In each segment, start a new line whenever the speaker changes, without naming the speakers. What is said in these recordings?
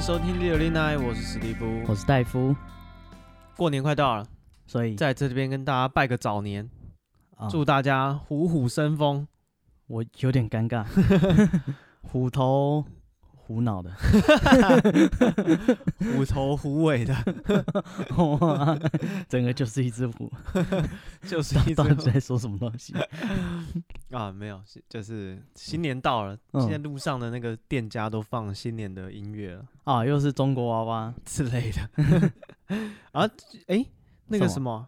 收听《六零 nine》，我是史蒂夫。
我是戴夫，
过年快到了，
所以
在这边跟大家拜个早年，
啊
祝大家虎虎生风。
我有点尴尬，虎头虎脑的，
虎头虎尾 的，
整个就是一只虎，
就是一
到底
只
在说什么东西？
啊，没有，是就是新年到了，
嗯
现在路上的那个店家都放新年的音乐了
啊，又是中国娃娃，
之类的。 啊，哎、那个什
什
么，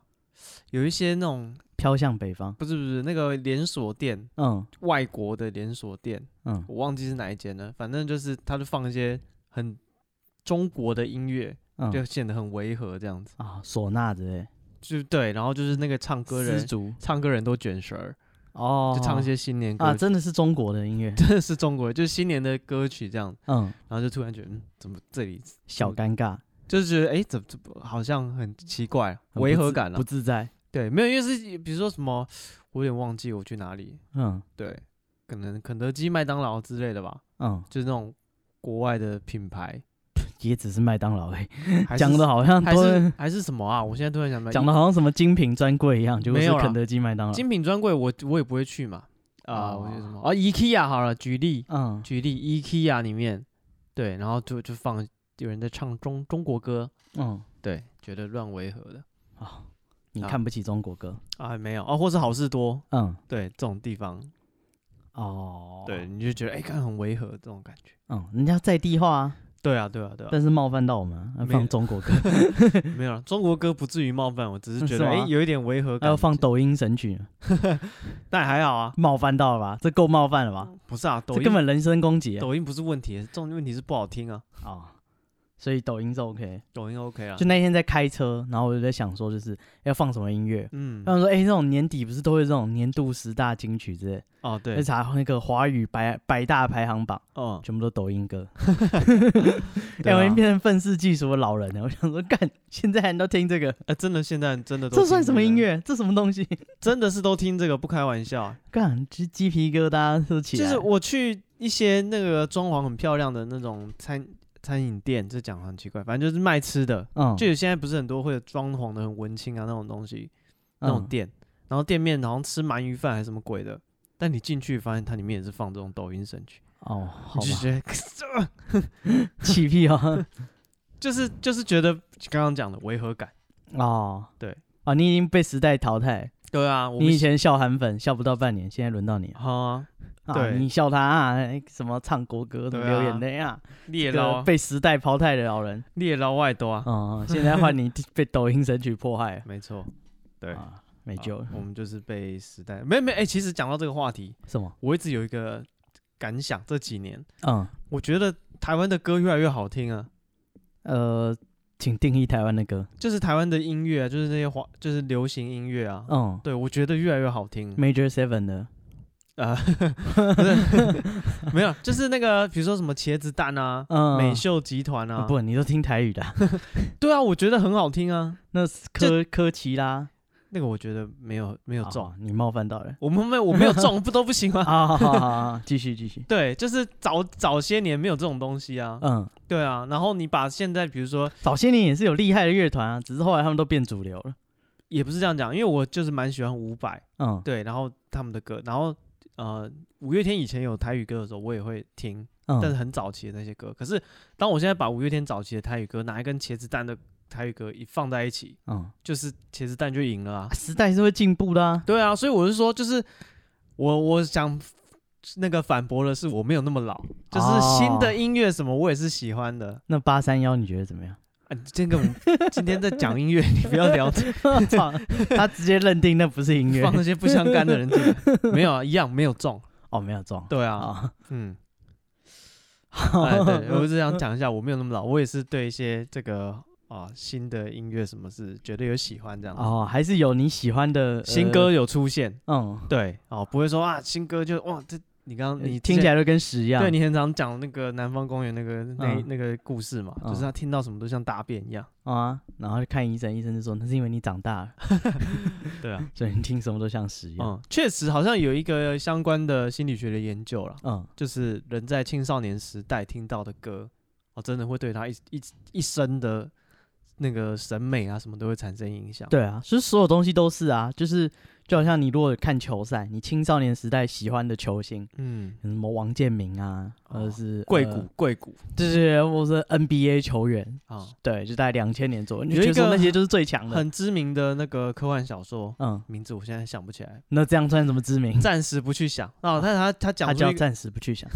有一些那种
飘向北方。
不是不是那个连锁店，
嗯
外国的连锁店，
嗯
我忘记是哪一间了，反正就是他就放一些很中国的音乐，
嗯，
就显得很违和这样子，
啊，唢呐之类，
就对，然后就是那个唱歌
丝
人，
竹
唱歌人都卷舌儿，
哦，
就唱一些新年歌
啊，，真的是中国的音乐。
真的是中国，就是新年的歌曲这样，
嗯，
然后就突然觉得，嗯，怎么这里
小尴尬，
就是觉得，哎，怎么怎么好像很奇怪，
很不
违和
自
感了啊
不，自在。
对，没有，因为是比如说什么，我有点忘记我去哪里，
嗯
对，可能肯德基、麦当劳之类的吧，
嗯，
就是那种国外的品牌，
也只是麦当劳哎，
还是
讲的好像
还
都
是还是什么啊？我现在突然想不起来
讲的好像什么精品专柜一样，就
没
是
有啦
肯德基、麦当劳。
精品专柜我我也不会去嘛，啊、我觉得什么
哦
啊，IKEA 好了，举例
嗯
举例 IKEA 里面，对，然后就就放有人在唱中中国歌，
嗯，
对，觉得乱违和的
哦，你
啊
看不起中国歌？
啊，没有啊，或是好事多，
嗯，
对，这种地方，
哦，
对，，你就觉得哎，看很违和这种感觉，
嗯，人家在地化啊，
对啊，对啊，对啊，
但是冒犯到我们啊，要
没
放 中国歌，
没有了，中国歌不至于冒犯我，只是觉
嗯是
得
吗
哎有一点违和
还
感，
要放，抖音神曲，
但还好啊，
冒犯到了吧？这够冒犯了吧？
不是啊，抖
这
音
根本人身攻击啊！
抖音不是问题，重点问题是不好听啊，
哦所以抖音是 OK。
抖音 OK 啊
就，那天在开车，然后我就在想说，就是要放什么音乐。
嗯，
他们说，哎、这种年底不是都会这种年度十大金曲之类，
哦
在
对，
查那个华语百百大排行榜，
哦，
全部都抖 音歌。
对
哎、我已
啊
经变成愤世嫉俗的老人了。我想说，干，现在还都听这个，
哎、真的，现在真的都
这
听
算什么
个
音？乐？这什么东西？
真的是都听这个，不开玩笑。
干，鸡鸡皮疙瘩都起
就
来了。
是我去一些那个装潢很漂亮的那种餐餐饮店，这讲得很奇怪，反正就是卖吃的。
嗯，
就有现在不是很多会有装潢的很文青啊那种东西，那种
嗯，
店，然后店面好像吃鳗鱼饭还是什么鬼的，但你进去发现它里面也是放这种抖音神曲，
哦，
你
好
就
吧，
觉得
起屁哦，
就是就是觉得刚刚讲的违和感。
哦，
对，
啊，你已经被时代淘汰，
对啊，我
你
们
以前笑韩粉笑不到半年，现在轮到你了，
好啊，
啊，
对
你笑他啊，哎什么唱国歌，什
对
么
啊
流眼泪啊，
猎
这
捞
个
啊
被时代淘汰的老人，
猎捞外多啊，
哦，现在换你被抖音神曲迫害了，
没错，对。
啊，没救了
啊，我们就是被时代没没哎、其实讲到这个话题，
什么？
我一直有一个感想，这几年
嗯，
我觉得台湾的歌越来越好听啊，
呃，请定义台湾的歌，
就是台湾的音乐、啊，就是那些华，就是流行音乐啊，
嗯
对我觉得越来越好听。
，Major Seven 的，
啊，不是没有，就是那个比如说什么茄子蛋啊。
嗯，
美秀集团
啊
啊，
不，你都听台语的啊，
对啊，我觉得很好听啊。
那是科科奇拉
那个我觉得没有没有中，
哦你冒犯到了
我们没有我没有 中，不都不行吗？
啊！好好好好继续继续，
对，就是早早些年没有这种东西啊。
嗯，
对啊，然后你把现在比如说
早些年也是有厉害的乐团啊，只是后来他们都变主流了。
也不是这样讲，因为我就是蛮喜欢伍佰，
嗯
对，然后他们的歌，然后呃，五月天以前有台语歌的时候，我也会听，
嗯，
但是很早期的那些歌。可是当我现在把五月天早期的台语歌拿来跟茄子蛋的台语歌一放在一起，
嗯，
就是茄子蛋就赢了啊
啊。时代是会进步的啊。
对啊，所以我是说，就是我我想那个反驳的是，我没有那么老，就是新的
哦
音乐什么我也是喜欢的。
那八三幺你觉得怎么 样？
啊，这个我们今天在讲音乐，你不要聊这
操，他直接认定那不是音乐
放那些不相干的人进来，没有啊，一样没有中。
哦，没有中
对啊，
啊。
嗯，哎， 对，我只想讲一下，我没有那么老，我也是对一些这个啊新的音乐什么是觉得有喜欢这样子。
哦，呃还是有你喜欢的
新歌，有出现，
呃嗯，
对，哦，不会说啊新歌就哇这你刚刚你
呃听起
来。
来就跟屎一样。
对你很常讲那个南方公园那个那、
嗯
那个故事嘛，
嗯
就是他听到什么都像大便一样。
啊，然后看医生，医生就说那是因为你长大了，
对啊，
所以你听什么都像屎一样。
嗯，确实好像有一个相关的心理学的研究啦，
嗯，
就是人在青少年时代听到的歌哦，真的会对他一一一生的那个审美啊什么都会产生影响。，
对啊，其实所有东西都是啊，就是就好像你如果看球赛，你青少年时代喜欢的球星，
嗯，
什么王建民啊，或者
哦
是
贵
呃
谷贵谷
对对对，或者是 NBA 球员，
啊，
对，就在两千年左右，你
有
就觉
一
得说
个
那些就是最强的。
很知名的那个科幻小说，
嗯，
名字我现在想不起来，
那这样算什么知名？
暂时不去想。哦，但他他
他
讲
就
出
要
一个，
暂时不去想。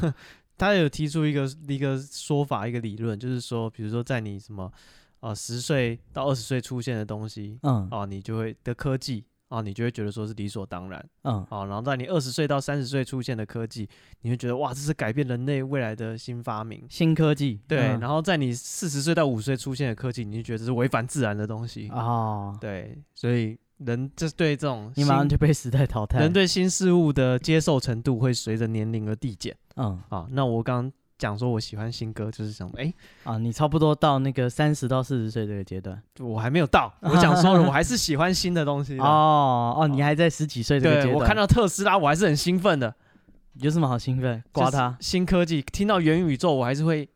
他有提出一个一个说法，一个理论，就是说，比如说在你什么呃十岁到二十岁出现的东西，
嗯
啊，你就会的科技啊，你就会觉得说是理所当然
嗯，
啊。然后在你二十岁到三十岁出现的科技，你会觉得哇，这是改变人类未来的新发明。
新科技。
对，
嗯
然后在你四十岁到五十岁出现的科技，你就觉得这是违反自然的东西。
哦，
对，所以人就是对这种
你马上
新
就被时代淘汰。
人对新事物的接受程度会随着年龄而递减
嗯
啊。那我刚刚讲说我喜欢新歌，就是想哎、
啊，你差不多到那个三十到四十岁这个阶段。
我还没有到，我讲说了，我还是喜欢新的东西的。
哦哦，你还在十几岁这个阶
啊对
段。
我看到特斯拉，我还是很兴奋的。
有什么好兴奋？刮
就是
他，
新科技，听到元宇宙，我还是会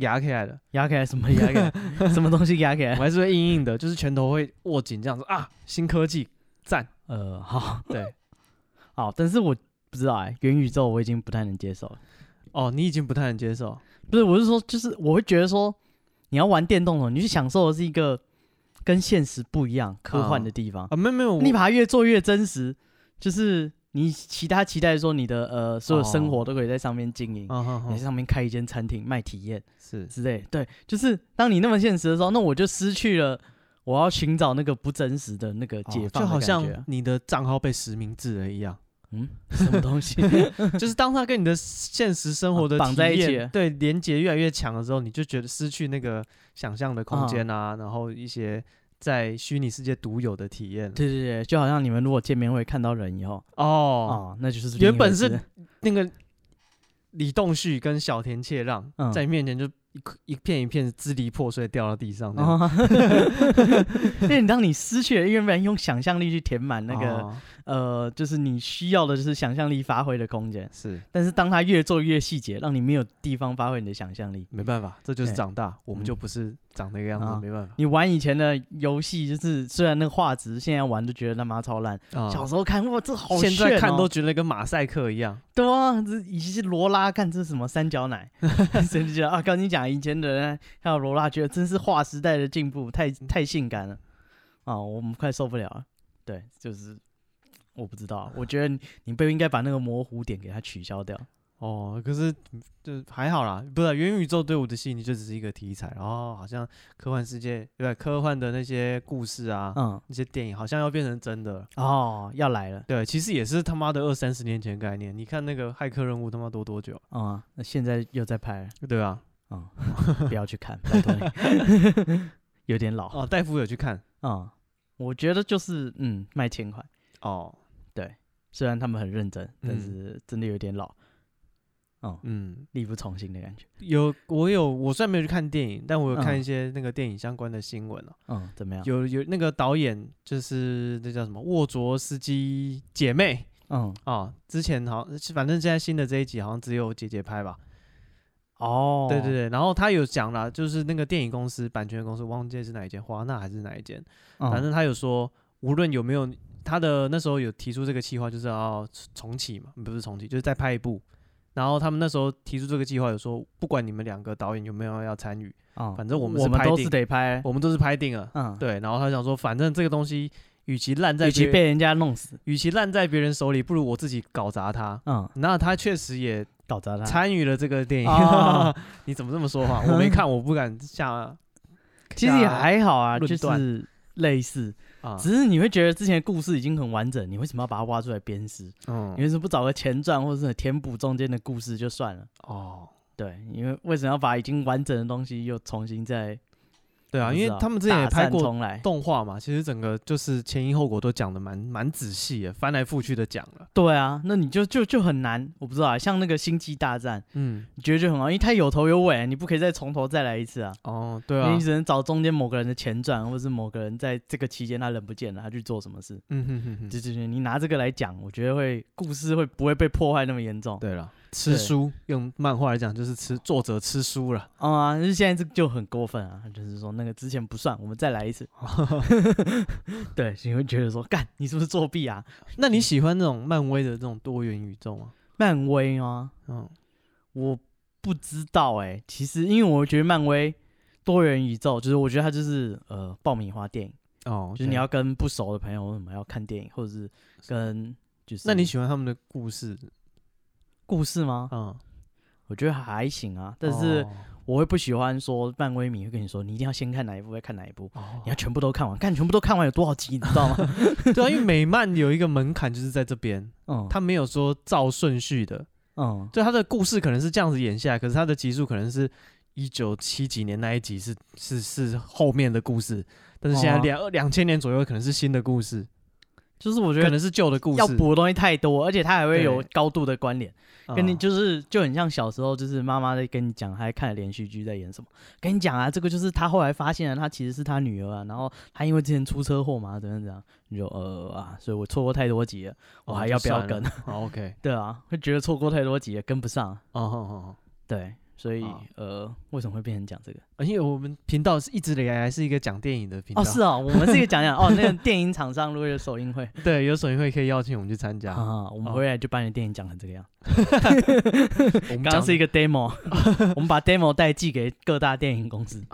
压起来的，
压起来什么 压 起来，什么东西压起
我
来？
还是会硬硬的，就是拳头会握紧这样子啊，新科技赞。
呃，好
对，
好，但是我不知道哎、元宇宙我已经不太能接受了。
哦，你已经不太能接受，
不是，我是说，就是我会觉得说，你要玩电动的，你去享受的是一个跟现实不一样、科幻的地方。
啊，没有没有，
你
我
把它越做越真实，就是你其他期待说你的呃所有
哦
生活都可以在上面经营，
啊哈哈
你在，上面开一间餐厅卖体验
是
之类。对，就是当你那么现实的时候，那我就失去了我要寻找那个不真实的那个
哦
解放的感觉啊、
就好像你的账号被实名制了一 样，
嗯什么东西，
就是当它跟你的现实生活的
啊绑在
体验
一起了
对连接越来越强的时候，你就觉得失去那个想象的
嗯
空间啊，然后一些在虚拟世界独有的体验
对对对，就好像你们如果见面会看到人以后，
哦，
哦，那就是
原本
另一回
是
事
那个李栋旭跟小田切让、
嗯
在你面前就一颗一片一片支离破碎掉到地上那样，
哦，
嗯
因为你当你失去了，原本用想象力去填满那个、
哦
呃，就是你需要的就是想象力发挥的空间。
是
但是当它越做越细节，让你没有地方发挥你的想象力。
没办法，这就是
对
长大，我们
嗯
就不是长那个样子，
啊
没办法。
你玩以前的游戏，就是虽然那个画质，现在玩就觉得他妈超烂。
啊
小时候看哇，这好炫、
现
哦！
在看都觉得跟马赛克一样，
对啊，这以前是罗拉干这是什么三角 奶，所以就觉得啊，跟你讲以前的人还有罗拉，觉得真是划时代的进步，太太性感了啊，我们快受不了了。对，就是我不知道，我觉得你你不应该把那个模糊点给它取消掉。
哦，可是就还好啦，不是啊元宇宙对我的吸引力就只是一个题材，然后好像科幻世界，对吧科幻的那些故事啊，
嗯，
那些电影好像要变成真的了，
哦，要来了，
对，其实也是他妈的二三十年前的概念。你看那个骇客任务他妈多多久？
嗯，那现在又在拍了，
对啊，
嗯，不要去看，拜托你， 有点老啊、
哦，戴夫有去看
嗯，我觉得就是嗯卖情怀，
哦，
虽然他们很认真，但
嗯
是真的有点老。嗯
嗯，
力不从心的感觉。
有我有我虽然没有去看电影，但我有看
嗯
一些那个电影相关的新闻哦。
嗯，怎么样？
有有那个导演就是那叫什么沃卓斯基姐妹
嗯，
啊、哦，之前好像反正现在新的这一集好像只有姐姐拍吧，
哦，
对对，对，然后他有讲啦，就是那个电影公司版权公司忘记是哪一间，华纳还是哪一间，反正他有说，无论有没有他的那时候有提出这个计划，就是要重启嘛，不是重启，就是再拍一部。然后他们那时候提出这个计划，有说不管你们两个导演有没有要参与，
嗯，
反正我
我
们
我
是
们
拍
都
定
是得拍，
我们都是拍定了。
嗯，，
对，然后他想说，反正这个东西与其烂在
与其
别人
被人家弄死，
与其烂在别人手里，不如我自己搞砸它。
嗯，
那他确实也
搞砸他。
参与了这个电影。
哦
你怎么这么说话？我没看，我不敢下。
其实也
下
还好啊，
论
就
断
是类似，
啊，
只是你会觉得之前的故事已经很完整，你为什么要把它挖出来鞭尸？
嗯
你为什么不找个前传或者是填补中间的故事就算了？
哦，
对，因为为什么要把已经完整的东西又重新再
对啊，
不
因
知
为
道
他们之前也
大
拍
战
过
重来？
动画嘛，其实整个就是前因后果都讲的蛮蛮仔细的，翻来覆去的讲了。
对啊，那你就就就很难，我不知道啊。像那个《星际大战》，
嗯，
你觉得就很好，因为它有头有尾，啊你不可以再从头再来一次啊。
哦，对啊
你，只能找中间某个人的前传，或者是某个人在这个期间他人不见了，他去做什么事。
嗯哼哼哼，
对对对，你拿这个来讲，我觉得会故事会不会被破坏那么严重？
对了，吃书，用漫画来讲就是吃作者吃书了。
嗯啊，就是现在这就很过分啊，就是说那个之前不算，我们再来一次。对，你会觉得说，干，你是不是作弊啊？
那你喜欢那种漫威的这种多元宇宙吗？
漫威啊，
嗯，
我不知道哎、其实因为我觉得漫威多元宇宙，就是我觉得它就是呃爆米花电影，
哦，
就是
OK
你要跟不熟的朋友为什么要看电影，或者是跟就是
那你喜欢他们的故事？
故事吗？
嗯，
我觉得还行啊，但是
哦
我会不喜欢说漫威迷会跟你说，你一定要先看哪一部，再看哪一部，
哦
你要全部都看完，看全部都看完有多少集，你知道吗？
对啊，因为美漫有一个门槛就是在这 边，
嗯，
它没有说照顺序的，
嗯
对，它的故事可能是这样子演下来，可是它的集数可能是一九七几年那一集是是是后面的故事，但是现在
哦
两两千年左右可能是新的故事，
就是我觉
可
得
能是旧的故事，
要补的东西太多，而且它还会有
对
高度的关联，
嗯
跟你就是就很像小时候，就是妈妈在跟你讲，她在看连续剧在演什么，跟你讲啊，这个就是她后来发现了，啊她其实是她女儿啊，然后她因为之前出车祸嘛，怎样怎样，你就呃啊，所以我错过太多集了，我
哦
还
就
要不要
算了
跟？
哦？OK，
对啊，会觉得错过太多集了，跟不上，
哦哦哦
对，所以
哦
呃，为什么会变成讲这个？
哦，因为我们频道是一直以来是一个讲电影的频道，
哦，是哦，我们这个讲讲哦， 那个电影厂商如果有首映会
对，有首映会可以邀请我们去参加，
啊，我
哦
们回来就把你的电影讲成这个样。
我们
刚刚是一
个，
个 demo，我 们把 demo 带寄给各大电影公司，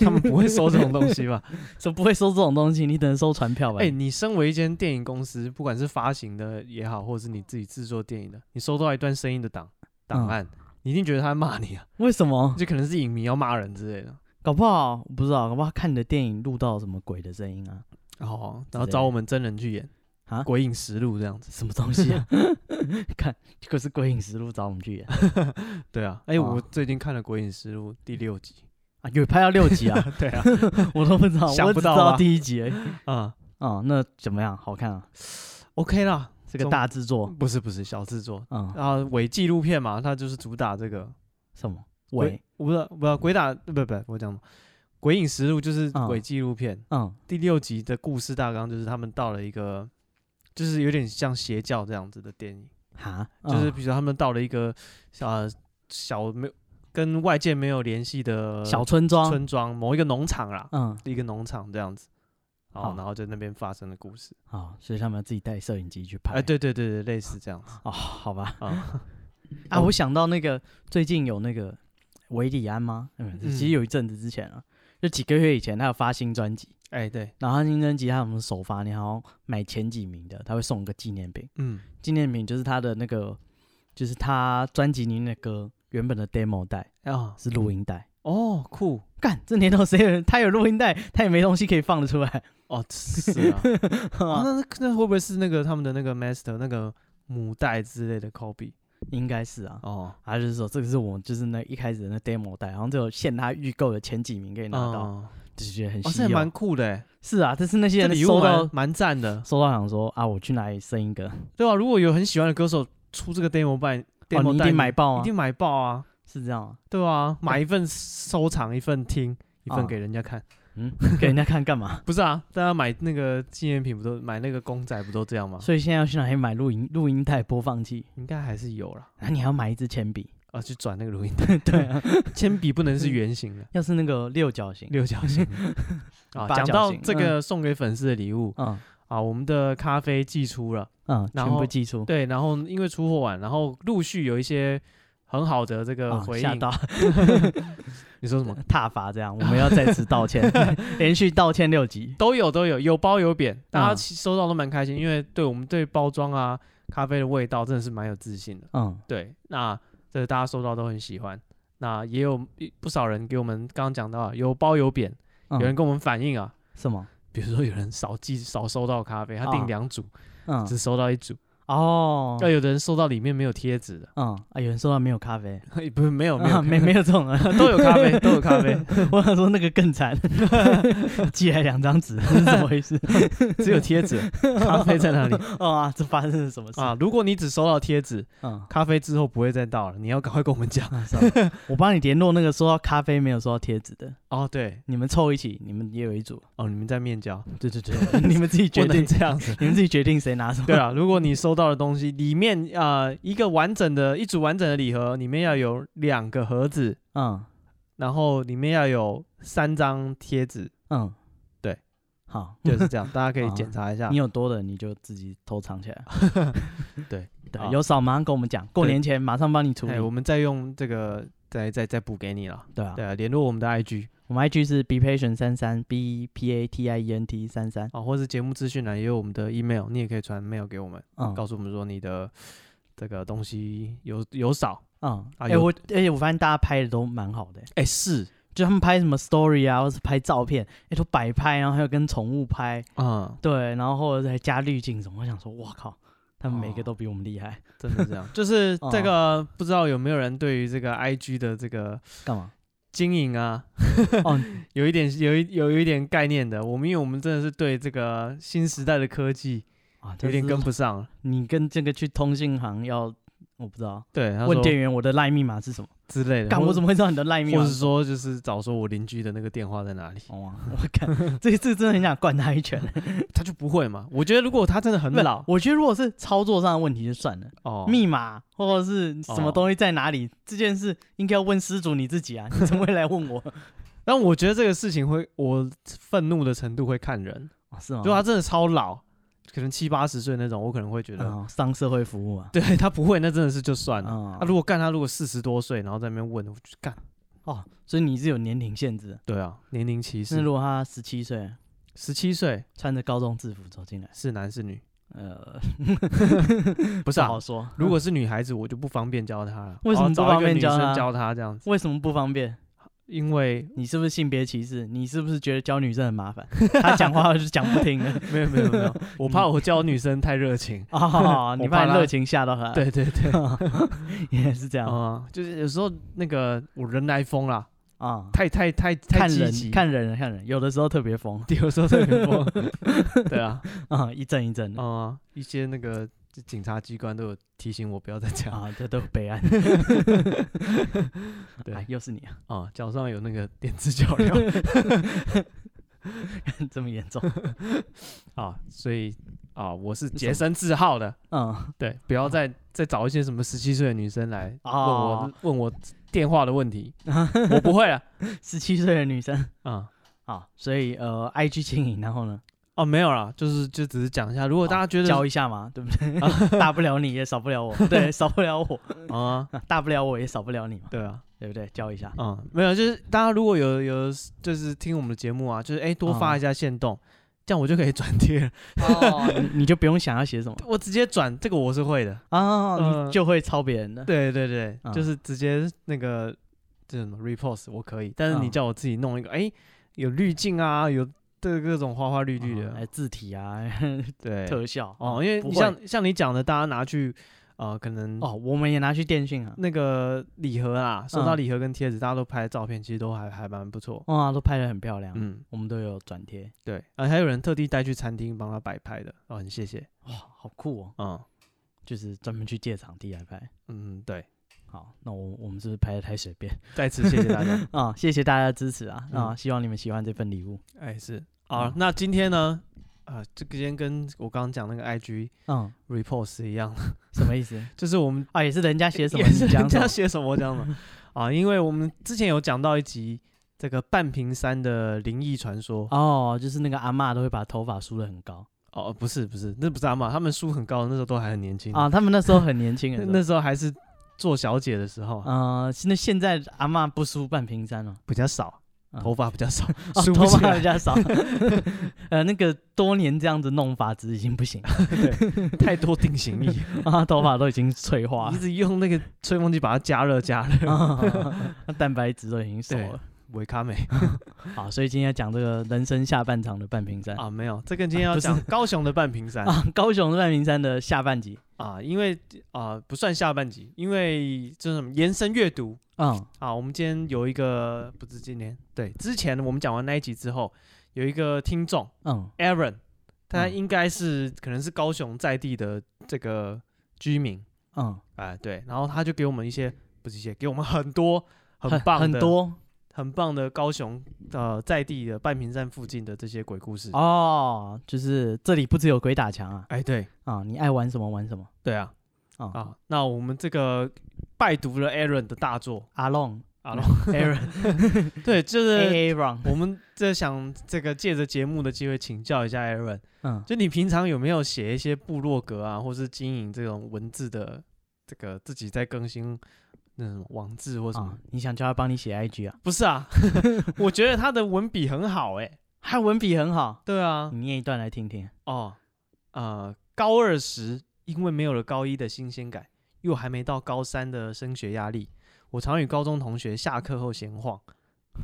他们不会收这种东西吧？
说不会收这种东西，你只能收传票吧？
哎、你身为一间电影公司，不管是发行的也好，或者是你自己制作电影的，你收到一段声音的档档
嗯
案，你一定觉得他在骂你啊，
为什么？
就可能是影迷要骂人之类的。
搞不好我不知道，搞不好看你的电影录到什么鬼的声音啊？
哦，然后
之类
找
的
我们真人去演
啊
鬼影实录》这样子。
什么东西啊？ 看，这个是《鬼影实录》找我们去演
对啊，哎、我
哦
最近看了《鬼影实录》第六集。
啊，有拍到六集啊，
对 啊，
我都不知道，
想
我
不
只知
到
道
吧
第一集而已。
啊、
哦，那怎么样？好看啊，
o k 啦，
这个
中
大制作。
不是不是小制作
嗯，
啊，伪纪录片嘛，它就是主打这个
什么？
鬼
喂，，
我不知道，不知道鬼打不不，我讲什么鬼影实录》就是
嗯
伪纪录片。
嗯
第六集的故事大纲就是他们到了一个，就是有点像邪教这样子的电影，
哈，
就是比如说他们到了一个呃小没有跟外界没有联系的
嗯小村庄，
村庄，某一个农场啦，
嗯，
一个农场这样子，哦
好，
然后在那边发生的故事，
好，所以他们要自己带摄影机去拍。
哎，对对对对，类似这样子
哦，好吧，
啊，
啊，
哦
我想到那个最近有那个维里安吗？嗯，
嗯
其实有一阵子之前啊，就几个月以前，他有发新专辑，
哎 对，
然后他新专辑他有什么首发，你好像买前几名的，他会送个纪念品，
嗯
纪念品就是他的那个，就是他专辑里面的歌原本的 demo 带
啊
是录音带。
哦酷
干，这年头谁有他有录音带，他也没东西可以放得出来。
哦是啊，啊那那会不会是那个他们的那个 master 那个母带之类的 copy
应该是啊，
哦？
他就是说这个是我们就是那一开始的那 demo 带，然后只有限他预购的前几名可以拿到，
嗯
就觉得很
哦，
稀
这还
有。
蛮酷的欸，
是啊，但是那些
这
人
礼物
收到
蛮蛮赞的，
收到想说啊，我去哪里生一个？哦，
对吧、啊如果有很喜欢的歌手出这个 demo 版，demo
你一
带
定买爆
一
啊，
定买爆啊，
是这样啊？
对啊，买一份收藏，一份听，一份
啊
给人家看。
嗯，给人家看 干嘛？
不是啊，大家买那个纪念品不都买那个公仔不都这样吗？
所以现在要去哪里买录音录音带播放器？
应该还是有啦。
那、你还要买一支铅笔？
啊，去转那个录 音带，
对啊，
铅笔不能是圆形的，
要是那个六角 形，
六角形的。 啊，
八
讲
角
到
形
这个送给粉丝的礼物
嗯
啊，我们的咖啡寄出了，
嗯，
然
全
后
部寄出。
对，然后因为出货晚，然后陆续有一些很好的这个
啊
回
吓
应。
到
你说什么？
踏伐，这样我们要再次 道歉，连续道歉六集。
都有都有，有褒有贬，大家
嗯
其实收到都蛮开心，因为对我们对包装啊、咖啡的味道真的是蛮有自信的。
嗯，
对，那这大家收到都很喜欢。那也有一不少人给我们刚刚讲到啊，有褒有贬，
嗯
有人跟我们反映啊，
什么？
比如说有人少寄少收到咖啡，他订
啊
两组、
嗯
只收到一组，
哦，
那、有的人收到里面没有贴纸的，
嗯啊，有人说到没有咖啡，
不是没哦有没有、
啊没没有这种啊，
都有咖 啡都有咖啡，
我想说那个 更惨，寄来两张纸， 这是怎么回事？
只有 贴 纸，咖啡在哪里
哦啊，这发生了什么事？
啊？如果你只收到贴纸，
嗯，
咖啡之后不会再到了，你要赶快跟我们讲
啊算 了我帮你联络那个收到咖啡没有收到贴纸的，
哦。对，
你们凑一起，你们也有 一组。
哦，你们在面交，
对对对，你们自己决
不能
定，
这样子。
你们自己决定谁拿什么。
对啊，如果你收到的东西里面啊、呃一个完整的一组完整的礼盒里面要有两个盒子，
嗯
然后里面要有三张贴纸，
嗯，
对，
好，
就是这样，大家可以
啊
检查一下。
你。有多的你就自己偷藏起来
对
对
好，
有少马上跟我们讲，过
对
年前马上帮你处理
哎，。我们再用这个再再再补给你了。
对啊
对，啊，联络我们的 IG
我们 IG 是 be patient 三三 b p a t i e n t 三三。
啊，或是节目资讯栏也有我们的 email，你也可以传 mail 给我们，
嗯
告诉我们说你的这个东西有有少。
嗯，
啊
哎、
有
我而且我发现大家拍的都蛮好的、
哎，是，
就他们拍什么 story 啊，或是拍照片，哎、都摆拍，然后还有跟宠物拍，
嗯，
对，然后或者再加滤镜什么。我想说，哇靠，他们每个
哦
都比我们厉害，
真的这样， 就是这
哦
个不知道有没有人对于这个 IG 的这个
干嘛？
经营啊，
哦，
有一点有一有一点概念的。我们因为我们真的是对这个新时代的科技
啊，
有点
这
跟
是
不上。
你跟这个去通信行要，我不知道，
对，他
问
说
店员我的赖密码是什么？
之类的，
干，我怎
么，
么会知道你的赖密
或
码
是？说就是找说我邻居的那个电话在哪里，
哦，我看这一次真的很想灌他一拳。
他就不会嘛。我觉得如果他真的很
不是
老
我觉得如果是操作上的问题就算了，
哦，
密码或者是什么
哦
东西在哪里、这件事，应该要问失主你 自己啊，你怎么会来问我？
但我觉得这个事情会，我愤怒的程度会看人。
哦是吗？
如果他真的超老，可能七八十岁那种，我可能会觉得，
嗯上社会服务啊。
对他不会，那真的是就算了。
啊
啊，如果干他如果四十多岁，然后在那边问，我就干。
哦，所以你是有年龄限制的。
对啊，年龄歧
那
视
如。果他十七岁，
十七岁
穿着高中制服走进来，
是男是 女？
呃，
不
不
是啊
好，说。
如果是女孩子，我就不方便教她了。
为什么
我要找
不方
一个
便
女
教
生
她
教她这样子？
为什么不方便？
因为
你是不是性别歧视？你是不是觉得教女生很麻烦？ 他讲话就是讲不 听的
没有没有没 有，我怕
嗯
我教女生太热情。
哦，你
我怕
怕
他
热情吓到他？，
对对对，
也啊是这样啊、
啊，就是有时候那个我人来疯啦，太太太太
啊看
积
人
极，
看人看人，有的时候特别疯
有时候特别疯。 对啊，
啊、一阵一阵的
啊，一些那个警察机关都有提醒我不要再这样
啊，这都悲 哀。
对
啊，又是你啊，
啊，脚上有那个电子脚镣。
这么严重？
啊，所以啊，我是
什
洁
么
身自好的，
嗯，
对，不要再再找一些什么十七岁的女生来问我、
哦
问我电话的问题，我不会了
十七岁的女生
啊、
啊，所以呃，IG 经营，然后呢，
哦，没有啦，就是就只是讲一下，如果大家觉得
教一下嘛，对不对？ 大不了你也少不 了我，对，少不了我，
啊、
大不了我也少不了你嘛，
对啊，
对不对？教一下，
嗯，没有，就是大家如果有有就是听我们的节目啊，就是哎、多发一下线动，这样我就可以转贴了，
哦， 你就不用想要写什么
我直接转这个我是会的，
哦，
嗯
你就会抄别人的。
对对对，
嗯
就是直接那个这什么 repost 我可以，但是你
嗯
叫我自己弄一个，哎、有滤镜啊，有这各种花花绿绿的，
哎，字体啊，
对，
特效
哦，因为
不
你
会
像像你讲的，大家拿去呃，可能
哦，我们也拿去电讯啊，
那个礼盒啊，收到
嗯
礼盒跟贴纸，大家都拍的照片，其实都还还蛮不错。
哇，都拍的很漂亮，
嗯，
我们都有转贴，
对，啊，还有人特地带去餐厅帮他摆拍的，哦，很谢谢。
哇，好酷哦，
嗯
就是专门去借场地来拍。
嗯，对，
好，那我我们是不是拍的太随便
再次谢谢大家。
啊、谢谢大家的支持啊啊、
嗯
希望你们喜欢这份礼物。
哎，是啊
嗯，
那今天呢，啊，这个今天跟我刚刚讲那个 IG
嗯，
repost 一样，
什么意思？
就是我们
啊，也是人家写什么
也是
你
人
讲什
家
么
写什么 这样的 啊，因为我们之前有讲到一集这个半屏山的灵异传说，
哦，就是那个阿嬷都会把头发梳的很高
哦，不是不是，那不是阿嬷，他们梳很高，那时候都还很年轻
啊，，他们 那时候很年轻
那
人，
那时候还是做小姐的时候啊，
呃，那现在阿嬷不梳半屏山了、
比较少，
啊
头发比较少，
哦，
梳不
头
起
发比
来，
较少， 呃，那个多年这样子弄发质已经不行了
太多定 型液，
啊，头发都已经脆化
一直用那个吹风机把它加热加
了，
热，
啊 蛋白质都已经熟
对
了。
维咖美
好，所以今天要讲这个人生下半场的半屏山
啊，没有，这跟今天
啊
要
不是
讲高雄的半屏山
啊， 高雄半屏山的下半集，
啊，因为啊不算下半集，因为这是什么延伸阅读
嗯
啊，我们今天有一个不是今天，对，之前我们讲完那一集之后，有一个听众。
嗯
Aaron，他
嗯
应该是、可能是高雄在地的这个居民哎
嗯，
啊、对，然后他就给我们一些不是一些，给我们很多
嗯很
棒的
很多
很棒的高雄呃在地的半屏站附近的这些鬼故事。
哦，就是这里不只有鬼打墙啊，
哎，对
啊，你爱玩什么玩什么
对啊，
啊。
啊，那我们这个拜读了 Aaron 的大作
阿龙
啊，然后
，Aaron
对，就是
呃 Aaron，
我们这想这个借着节目的机会请教一下 Aaron，
嗯，
就你平常有没有写一些部落格啊，或是经营这种文字的这个自己在更新那种网志或什么？
啊，你想叫他帮你写 IG 啊？
不是啊， 我觉得他的文笔很好哎、
他文笔很好，
对啊
你，念一段来听听。
哦，呃，高二时因为没有了高一的新鲜感，又还没到高三的升学压力，我常与高中同学下课后闲晃。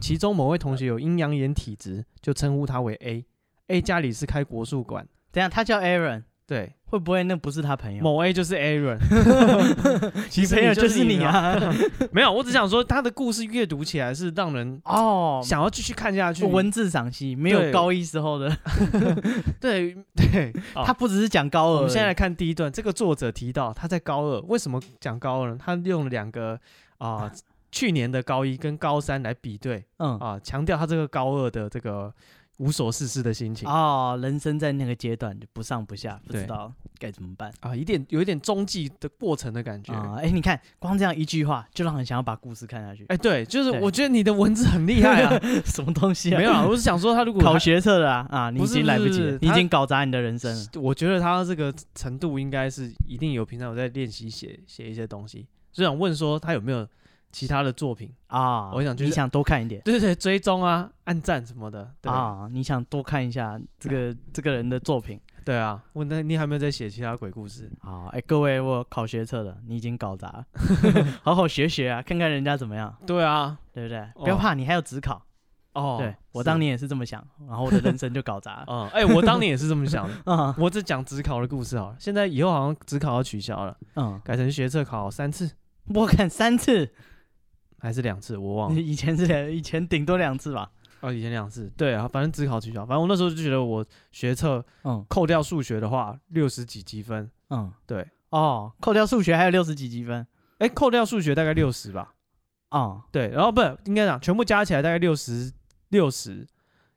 其中某位同学有阴阳眼体质，就称呼他为 A。A 家里是开国术馆，
等一下他叫 Aaron，
对，
会不会那不是他朋友？
某 A 就是 Aaron，
你
其实
朋友
就是
你
嘛。
啊。
没有，我只想说他的故事阅读起来是让人
哦，
想要继续看下去。
文字赏析，没有
对
高一时候的，
对 对，哦
他不只是讲高
我
二而已。
们现在来看第一段，这个作者提到他在高二，为什么讲高二呢？他用了两个啊、去年的高一跟高三来比对
嗯
啊、强调他这个高二的这个无所事事的心情啊、
哦，人生在那个阶段就不上不下，不知
对
道该怎么办
啊一点有一点中继的过程的感觉。
啊！哎，你看，光这样一句话就让人想要把故事看下去。
哎、对，就是
对
我觉得你的文字很厉害 啊。
什么东西啊？
没有啊， 我是想说他如果
考学测的啊啊，你已
不是
经来不及
不
了
是，
你已
他
经搞砸你的人生了。
我觉得他这个程度应该是一定有平常有在练习写写一些东西，所以想问说他有没有其他的作品？
啊！
我想就是
你想多看一点
对对对，追踪啊、暗赞什么的。对
啊，你想多看一下这个这个人的作品
对啊，我那你还没有在写其他鬼故事？
啊！哎，各位，我考学测的，你已经搞 砸了，好好学学啊，看看人家怎么样，
对啊，
对不对？
哦
不要怕，你还有职考。
哦，
对我
是
当，年也是这么想，然后我的人生就搞砸 了。。
嗯，哎、我当年也是这么想的
嗯
我只讲职考的故事好了，现在以后好像职考要取消了，
嗯，
改成学测考三次
我看三次，
还是两次，我忘了。
以前是两，以前顶多两次吧。
哦，以前两次，对啊，反正职考取消，反正我那时候就觉得我学测
嗯
扣掉数学的话，六十几积分，
嗯，
对，
哦，扣掉数学还有六十几积分。
哎、扣掉数学大概六十吧，
哦
对，然后不是应该讲全部加起来大概六十六十，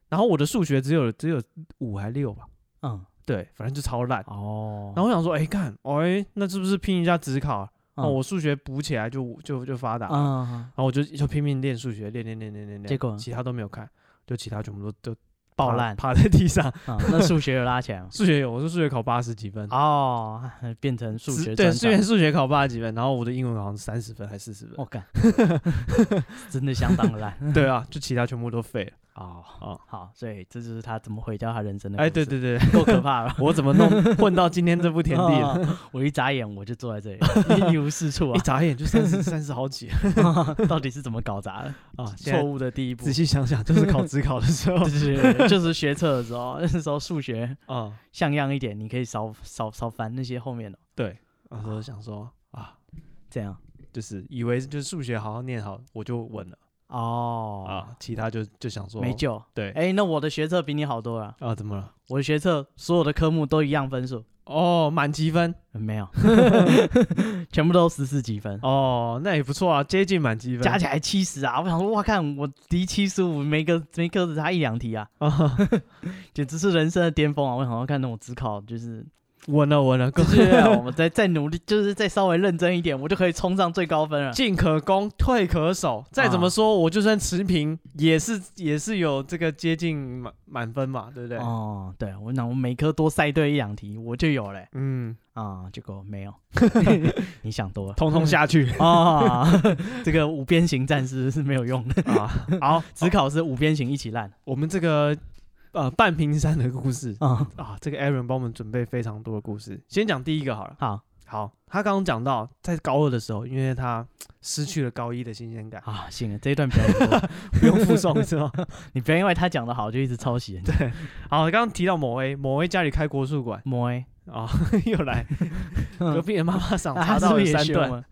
然后我的数学只有只有五还六吧，
嗯
对，反正就超烂。
哦，
然后我想说，哎、看，哎、那是不是拼一下职考？那、
嗯
我数学补起来就就就发达。然
嗯
后我就就拼命练数学，练练练练练练，
结果呢
其他都没有看，就其他全部都都
爆
趴
烂。
趴在地上。
嗯那数学有拉起
？
来吗
数学有，我是数学考八十几分，
哦，变成数学
啊对，
专
数学
长。
数学考八十几分，然后我的英文好像三十分还四十分
我，干，真的相当烂。
哦对 啊，就其他全部都废了。
哦，
哦
好，所以这就是他怎么毁掉他人生的。
哎，对，对对，
够可怕了。
我怎么弄混到今 天这步田地了？
哦，我一眨眼我就坐在这里，一无是处
一
啊！
眨眼就三十三十好几了
到底是怎么搞砸的？
啊！现
错
在
误的第一步
仔。细想想，就是考职考的时 候
对对对，就是学测的时候，那时候数学
啊。
像样一点，你可以少少少翻那些后面的。
对，那时候想说啊，
这样
就是以为就是数学好好念好，我就稳了
哦，
啊，其他就就想说
没。救。
对，
哎、那我的学测比你好多了，
啊，怎么了？
我的学测所有的科目都一样分数，
哦，满积分
嗯没有， 全部都十四几分，
哦，那也不错啊，接近满积分，
加起来七十啊！我想说，哇，看我离七十五没个没个子差一两题啊，
啊，
简直是人生的巅峰啊！我想要看那种只考 就是
稳了稳了，
就
更
是啊我们再再努力，就是再稍微认真一点，我就可以冲上最高分了。
进可攻，退可守。再怎
啊
么说，我就算持平，也是也是有这个接近满满分嘛，对不对？
哦，对我想我每科多赛对一两题，我就有嘞
嗯，
啊、结果 没有，你想多了
通通下 去
啊、这个五边形战士是没有用的，
啊。好，
只考是五边形一起烂
我们这个呃半屏山的故事
啊、
啊，这个 Aaron 帮我们准备非常多的故事，先讲第一个好了。
啊好
好，他刚刚讲到，在高二的时候，因为他失去了高一的新鲜 感，
啊，行了，这一段表演过
不用附送 是吗？
你不要因为他讲的好就一直抄袭人家。
好，刚刚提到某 A，某 A 家里开国术馆
摸欸
啊，又来隔壁的妈妈赏
啊
查
他是
到
不
了
是也
三
学我
段
们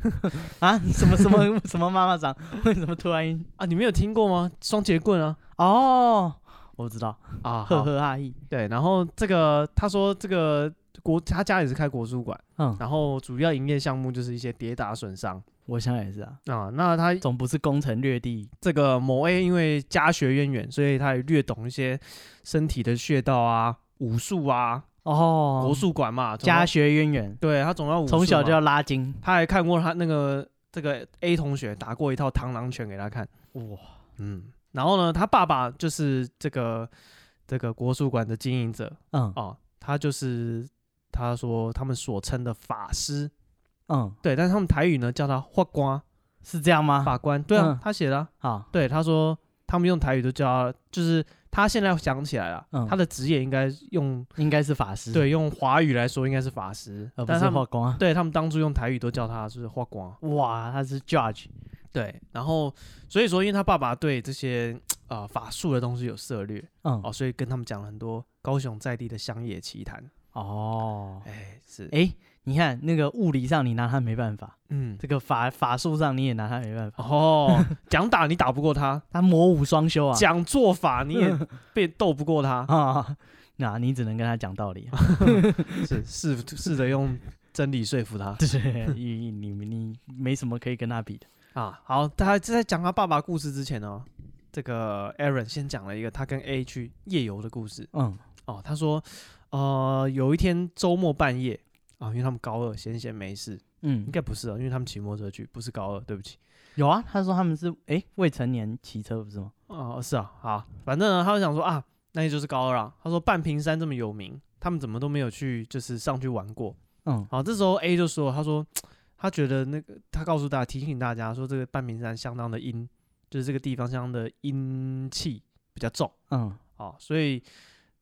啊？什么什么什么妈妈长？为什么突然？
啊，你没有听过吗？双节棍啊
哦，我知道，
啊，
呵
好
呵哈嘿，
对，然后这个他说这个国他家里是开国术馆，
嗯
然后主要营业项目就是一些跌打损伤
我想也是啊，
啊，那他
总不是攻城略地，
这个某 A 因为家学渊源，所以他也略懂一些身体的穴道啊、武术啊、
哦
国术馆嘛。总要
家学渊源，
对他总要武术嘛
从小就要拉筋，
他还看过他那个这个 A 同学打过一套螳螂拳给他看，
哇，
嗯，然后呢，他爸爸就是这个这个国术馆的经营者
嗯
哦，他就是他说他们所称的法师，
嗯，
对，但是他们台语呢叫他法官，
是这样吗？
法官，对啊，
嗯
他写的啊、
好，
对，他说他们用台语都叫他，就是他现在想起来了，
嗯
他的职业应该用
应该是法师，，
对用华语来说应该是法师，
而不
但
是
他
化
们
工啊。
对他们当初用台语都叫他是法官。
哇，他是 judge，
对，然后所以说，因为他爸爸对这些呃法术的东西有涉略
嗯，
哦，所以跟他们讲了很多高雄在地的乡野奇谈。
哦，
哎，是，
哎，你看那个物理上你拿他没办法，
嗯，
这个法法术上你也拿他没办法，
哦，讲打你打不过他，
他魔武双修啊，
讲做法你也被斗不过他，
啊，那你只能跟他讲道理啊，
是试试着用真理说服他
对，你你你没什么可以跟他比的，
啊。好，他在讲他爸爸故事之前呢、哦，这个 Aaron 先讲了一个他跟 A 去夜游的故事
嗯
哦。他说，呃，有一天周末半夜啊、因为他们高二闲闲没事。应
嗯，
该不是哦，因为他们骑摩托车去，不是高二，对不起。
有啊，他说他们是哎未成年骑车不是吗？
哦、是啊，好，反正呢，他就想说啊，那也就是高二啦。他说半屏山这么有名，他们怎么都没有去，就是上去玩过。
嗯
好，这时候 A 就说，他说他觉得那个，他告诉大家，提醒大家说，这个半屏山相当的阴，就是这个地方相当的阴气比较重
嗯
啊、哦所以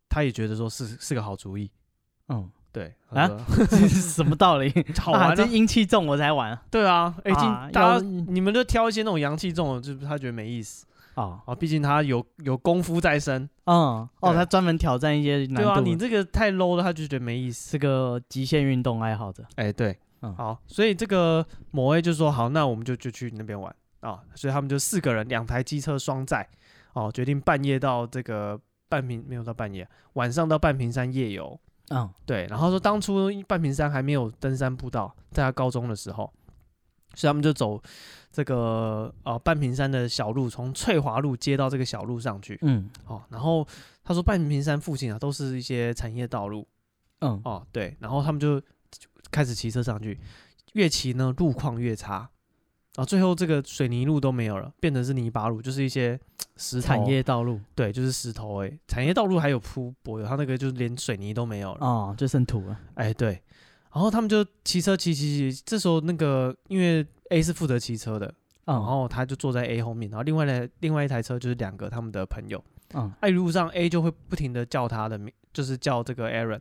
他也觉得说是是个好主意。
嗯，
对
啊，
他
这是什么道理？
说好
啊，
玩
这
啊，
阴气重我才玩啊
对啊，哎、
啊
今大
要
家你们就挑一些那种阳气重的，就是他觉得没意思。
哦，
啊，毕竟他有有功夫在身，
嗯哦，
对啊
他专门挑战一些难
对啊，
度
你
的，
这个太 low 了，他就觉得没意思。
是个极限运动爱好者，
哎、对，
嗯
好，所以这个某 A 就说好，那我们就就去那边玩啊，所以他们就四个人，两台机车双载，哦、决定半夜到这个半屏没有到半夜，晚上到半屏山夜游。
嗯
对，然后说当初半屏山还没有登山步道，在他高中的时候，所以他们就走这个呃半屏山的小路，从翠华路接到这个小路上去。
嗯
哦，然后他说半屏山附近啊，都是一些产业道路
嗯
哦，对，然后他们就就开始骑车上去，越骑呢路况越差，啊，最后这个水泥路都没有了，变成是泥巴路，就是一些石头
产业道路
对，就是石头哎、产业道路还有铺柏油，它那个就是连水泥都没有了，
哦，就剩土了，
哎、对，然后他们就骑车骑骑骑，这时候那个因为 A 是负责骑车的，然
嗯
后他就坐在 A 后面，然后另外的另外一台车就是两个他们的朋友。
嗯
哎，路上 A 就会不停的叫他的名，就是叫这个 Aaron，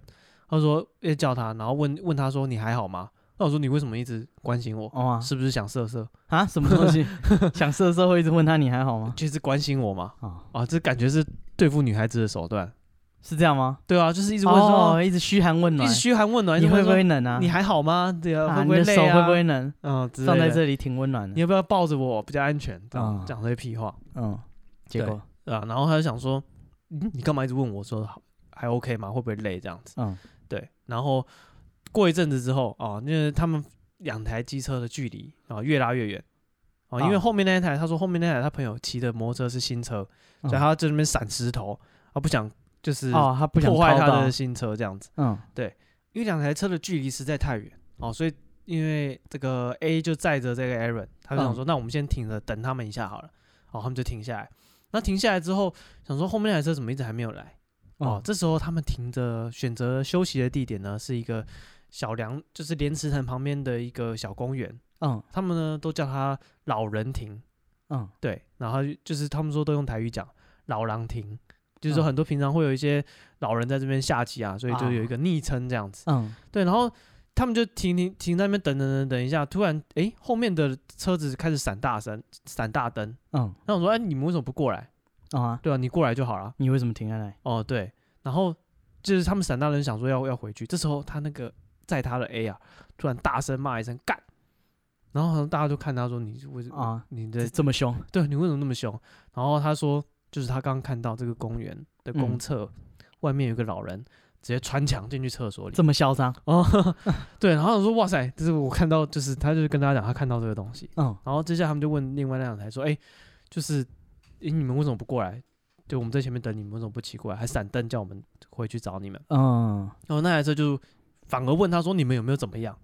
他说要叫他，然后问问他说你还好吗？那我说你为什么一直关心我？
哦啊
是不是想色色？
啊什么 东西？想射的时候会一直问他你还好吗？
就是关心我嘛？
啊，
啊，这感觉是对付女孩子的手段。
是这样吗？
对啊，就是一直问说，
哦，一直嘘寒问
一
暖
直，嘘寒问暖，
你
一直
会
问
不
说
会冷啊？
你还好吗？对啊，
啊
会不
你的
累
手会
啊？
不会冷？
嗯，之
放
类
在
的
这里挺温暖
你
的。
要不要抱着我比较安全？这样
嗯啊
讲这些屁话
嗯，结果
对啊，然后他就想说，嗯，你干嘛一直问我说好还 OK 吗？会不会累这样子？
嗯
对，然后过一阵子之后啊，因为他们两台机车的距离啊越拉越远啊，因为
啊
后面那一台他说后面那台他朋友骑的摩托车是新车，所以
嗯
他在那边闪石头，他不想就是
哦，他不想
破坏
掏
他
到
的新车这样子，
嗯
因为两台车的距离实在太远哦、所以因为这个 A 就载着这个 Aaron，他就想说、那我们先停着等他们一下好了，哦，他们就停下来，那停下来之后想说后面那台车怎么一直还没有来。哦
哦，
这时候他们停着选择休息的地点呢，是一个小凉，就是莲池潭旁边的一个小公园。
嗯
他们呢都叫它老人亭，
嗯
对，然后就是他们说都用台语讲老狼亭，就是说
嗯
很多平常会有一些老人在这边下棋啊，所以就有一个昵称这样子。
嗯
对，然后他们就停停停在那边等等等等一下，突然诶，后面的车子开始闪大闪闪大灯，
嗯
那我说哎你们为什么不过来？
哦啊，
对啊，你过来就好了。
你为什么停下来？
哦，对，然后就是他们散大人想说要要回去，这时候他那个在他的 A 啊，突然大声骂一声干，然后好像大家就看他说你是为什么、
啊
你
这
的
这么凶？
对你为什么那么凶？然后他说就是他刚刚看到这个公园的公
嗯
厕、外面有个老人直接穿墙进去厕所里。
这么嚣张？
哦， 对，然后我说哇塞，这是我看到，就是他就是跟大家讲他看到这个东西，
嗯
然后接下来他们就问另外那两台说，哎、就是、诶你们为什么不过来？就我们在前面等你们，为什么不骑过来？还闪灯叫我们回去找你们。
嗯
然后那台车就反而问他说：“你们有没有怎么样？”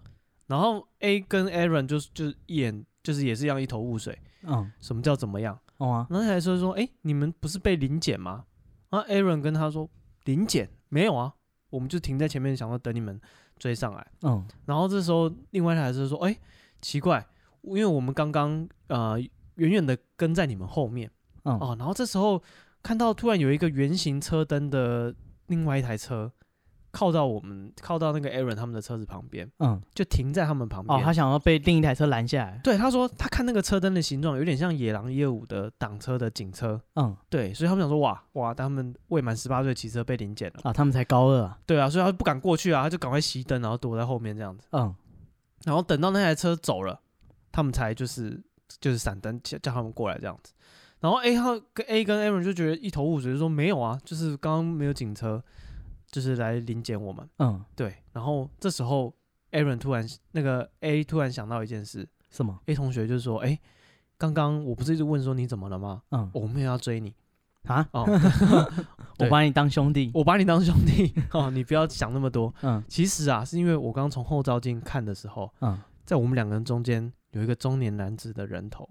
然后 A 跟 Aaron 就是就是一眼就是也是一样一头雾水，
嗯，
什么叫怎么样？
哦啊，
然后那台车说：“哎、你们不是被临检吗？”然后 Aaron 跟他说：“临检没有啊，我们就停在前面，想要等你们追上来。
嗯”
然后这时候另外一台车说：“哎、奇怪，因为我们刚刚呃远远的跟在你们后面
嗯
哦。”然后这时候看到突然有一个圆形车灯的另外一台车。靠到我们靠到那个 Aaron 他们的车子旁边，
嗯，
就停在他们旁边。
哦，他想要被另一台车拦下来，
对他说，他看那个车灯的形状有点像野狼业务的挡车的警车，
嗯
对，所以他们想说，哇哇，他们未满十八岁骑车被临检了，
啊，他们才高二啊，
对啊，所以他不敢过去啊，他就赶快熄灯，然后躲在后面这样子，
嗯
然后等到那台车走了，他们才就是就是闪灯叫叫他们过来这样子，然后 A 号跟 A 跟 Aaron 就觉得一头雾水，就说没有啊，就是刚刚没有警车，就是来临检我们，
嗯，
对，然后这时候 Aaron 突然那个 A 突然想到一件事
什么？
，A 同学就说，哎、刚刚我不是一直问说你怎么了吗？哦
嗯
我没有要追你
啊，
哦，
我把你当兄弟，
我把你当兄弟哦，你不要想那么多。
嗯
其实啊，是因为我刚从后照镜看的时候，
嗯，
在我们两个人中间有一个中年男子的人头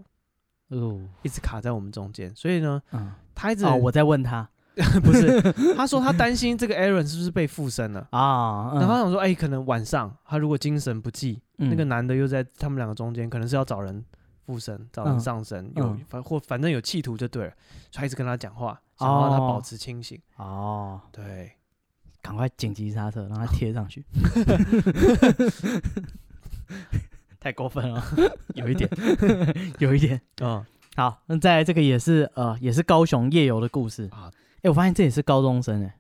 哦
一直卡在我们中间，所以呢，
嗯，
他一直、
哦，我在问他
不是，他说他担心这个 Aaron 是不是被附身 了。
啊，嗯
然后他想说，哎、可能晚上他如果精神不济，
嗯
那个男的又在他们两个中间，可能是要找人附身、找人
嗯
上身，
嗯
有反或反正有企图就对了，所以他一直跟他讲话，想要让他
哦
保持清醒。
哦，
对，
赶快紧急刹车，让他贴上 去，太过分了，
有一点，
有一点。
嗯
好，那再来这个也是呃，也是高雄夜游的故事。
啊，
哎、我发现这也是高中生哎、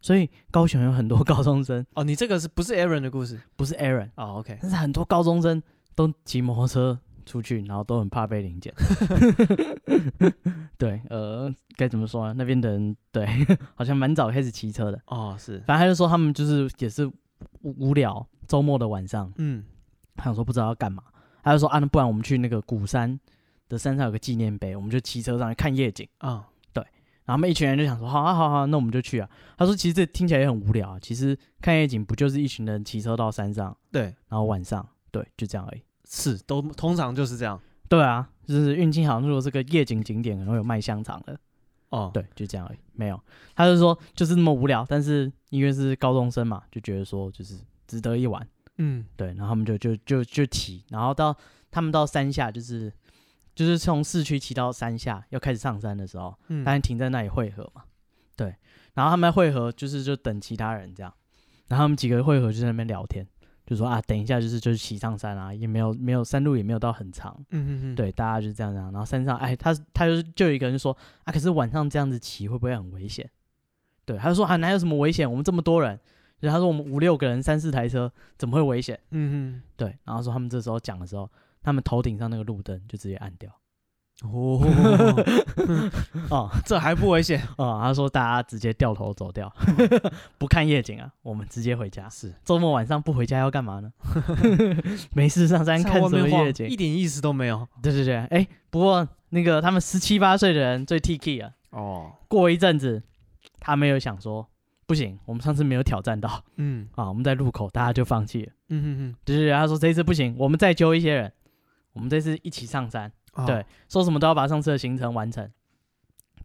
所以高雄有很多 高中生，
哦，你这个是不是 Aaron 的故事？
不是 Aaron，
哦，OK，
但是很多高中生都骑摩托车出去，然后都很怕被临检。 对，呃，该怎么说呢？那边的人对， 好像蛮早开始骑车的。
哦，是，
反正他就说他们就是也是无无聊，周末的晚上，
嗯，
他想说不知道要干嘛，他就说啊，那不然我们去那个鼓山的山上有个纪念碑，我们就骑车上去看夜景。
啊，
然后他们一群人就想说，好啊，好啊好啊，那我们就去啊。他说，其实这听起来也很无聊啊。其实看夜景不就是一群人骑车到山上，
对，
然后晚上，对，就这样而已。
是，都通常就是这样。
对啊，就是运气好，如果这个夜景景点可能会有卖香肠的，
哦，，
对，就这样而已。没有，他就说就是那么无聊，但是因为是高中生嘛，就觉得说就是值得一玩，
嗯，
对。然后他们就就就就骑，然后到他们到山下，就是就是从市区骑到山下，要开始上山的时候，
嗯
当然停在那里汇合嘛。对，然后他们汇合就是就等其他人这样，然后他们几个汇合就在那边聊天，就说啊，等一下就是就是骑上山啊，也没有没有山路也没有到很长，
嗯嗯嗯，
对，大家就这样这样。然后山上哎，他他就是就有一个人就说啊，可是晚上这样子骑会不会很危险？对，他就说啊，哪有什么危险？我们这么多人，然后他说我们五六个人三四台车怎么会危险？
嗯
对，然后说他们这时候讲的时候，他们头顶上那个路灯就直接按掉。
嗯，哦，
哦，
这还不危险？
哦，他说大家直接掉头走掉， 不看夜景啊，我们直接回家。
是，
周末晚上不回家要干嘛 呢？没事上山
在
看
外
什么
面
夜
晃
景
一？点意思都没有。
对对对，哎，不过那个他们十七八岁的人最 T K 啊，
哦，
过一阵子他们有想说，不行，我们上次没有挑战到
嗯
啊，我们在路口大家就放弃了。
嗯嗯
对对对，他说这一次不行，我们再揪一些人，我们这次一起上山。
嗯，哦
对，说什么都要把上次的行程完成。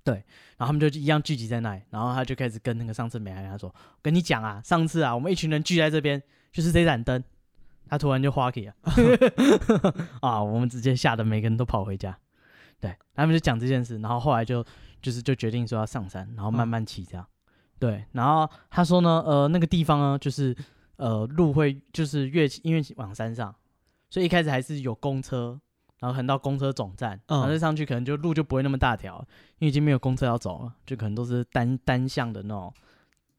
对，然后他们就一样聚集在那里，然后他就开始跟那个上次美人他说：“我跟你讲啊，上次啊，我们一群人聚在这边，就是这盏灯，他突然就花给了， 啊，我们直接吓得每个人都跑回家。”对，他们就讲这件事，然后后来就就是就决定说要上山，然后慢
嗯
慢骑这样。对，然后他说呢，呃，那个地方呢，就是呃路会就是越因为往山上，所以一开始还是有公车，然后横到公车总站，
嗯
然后再上去可能就路就不会那么大条，因为已经没有公车要走了，就可能都是单单向的那种，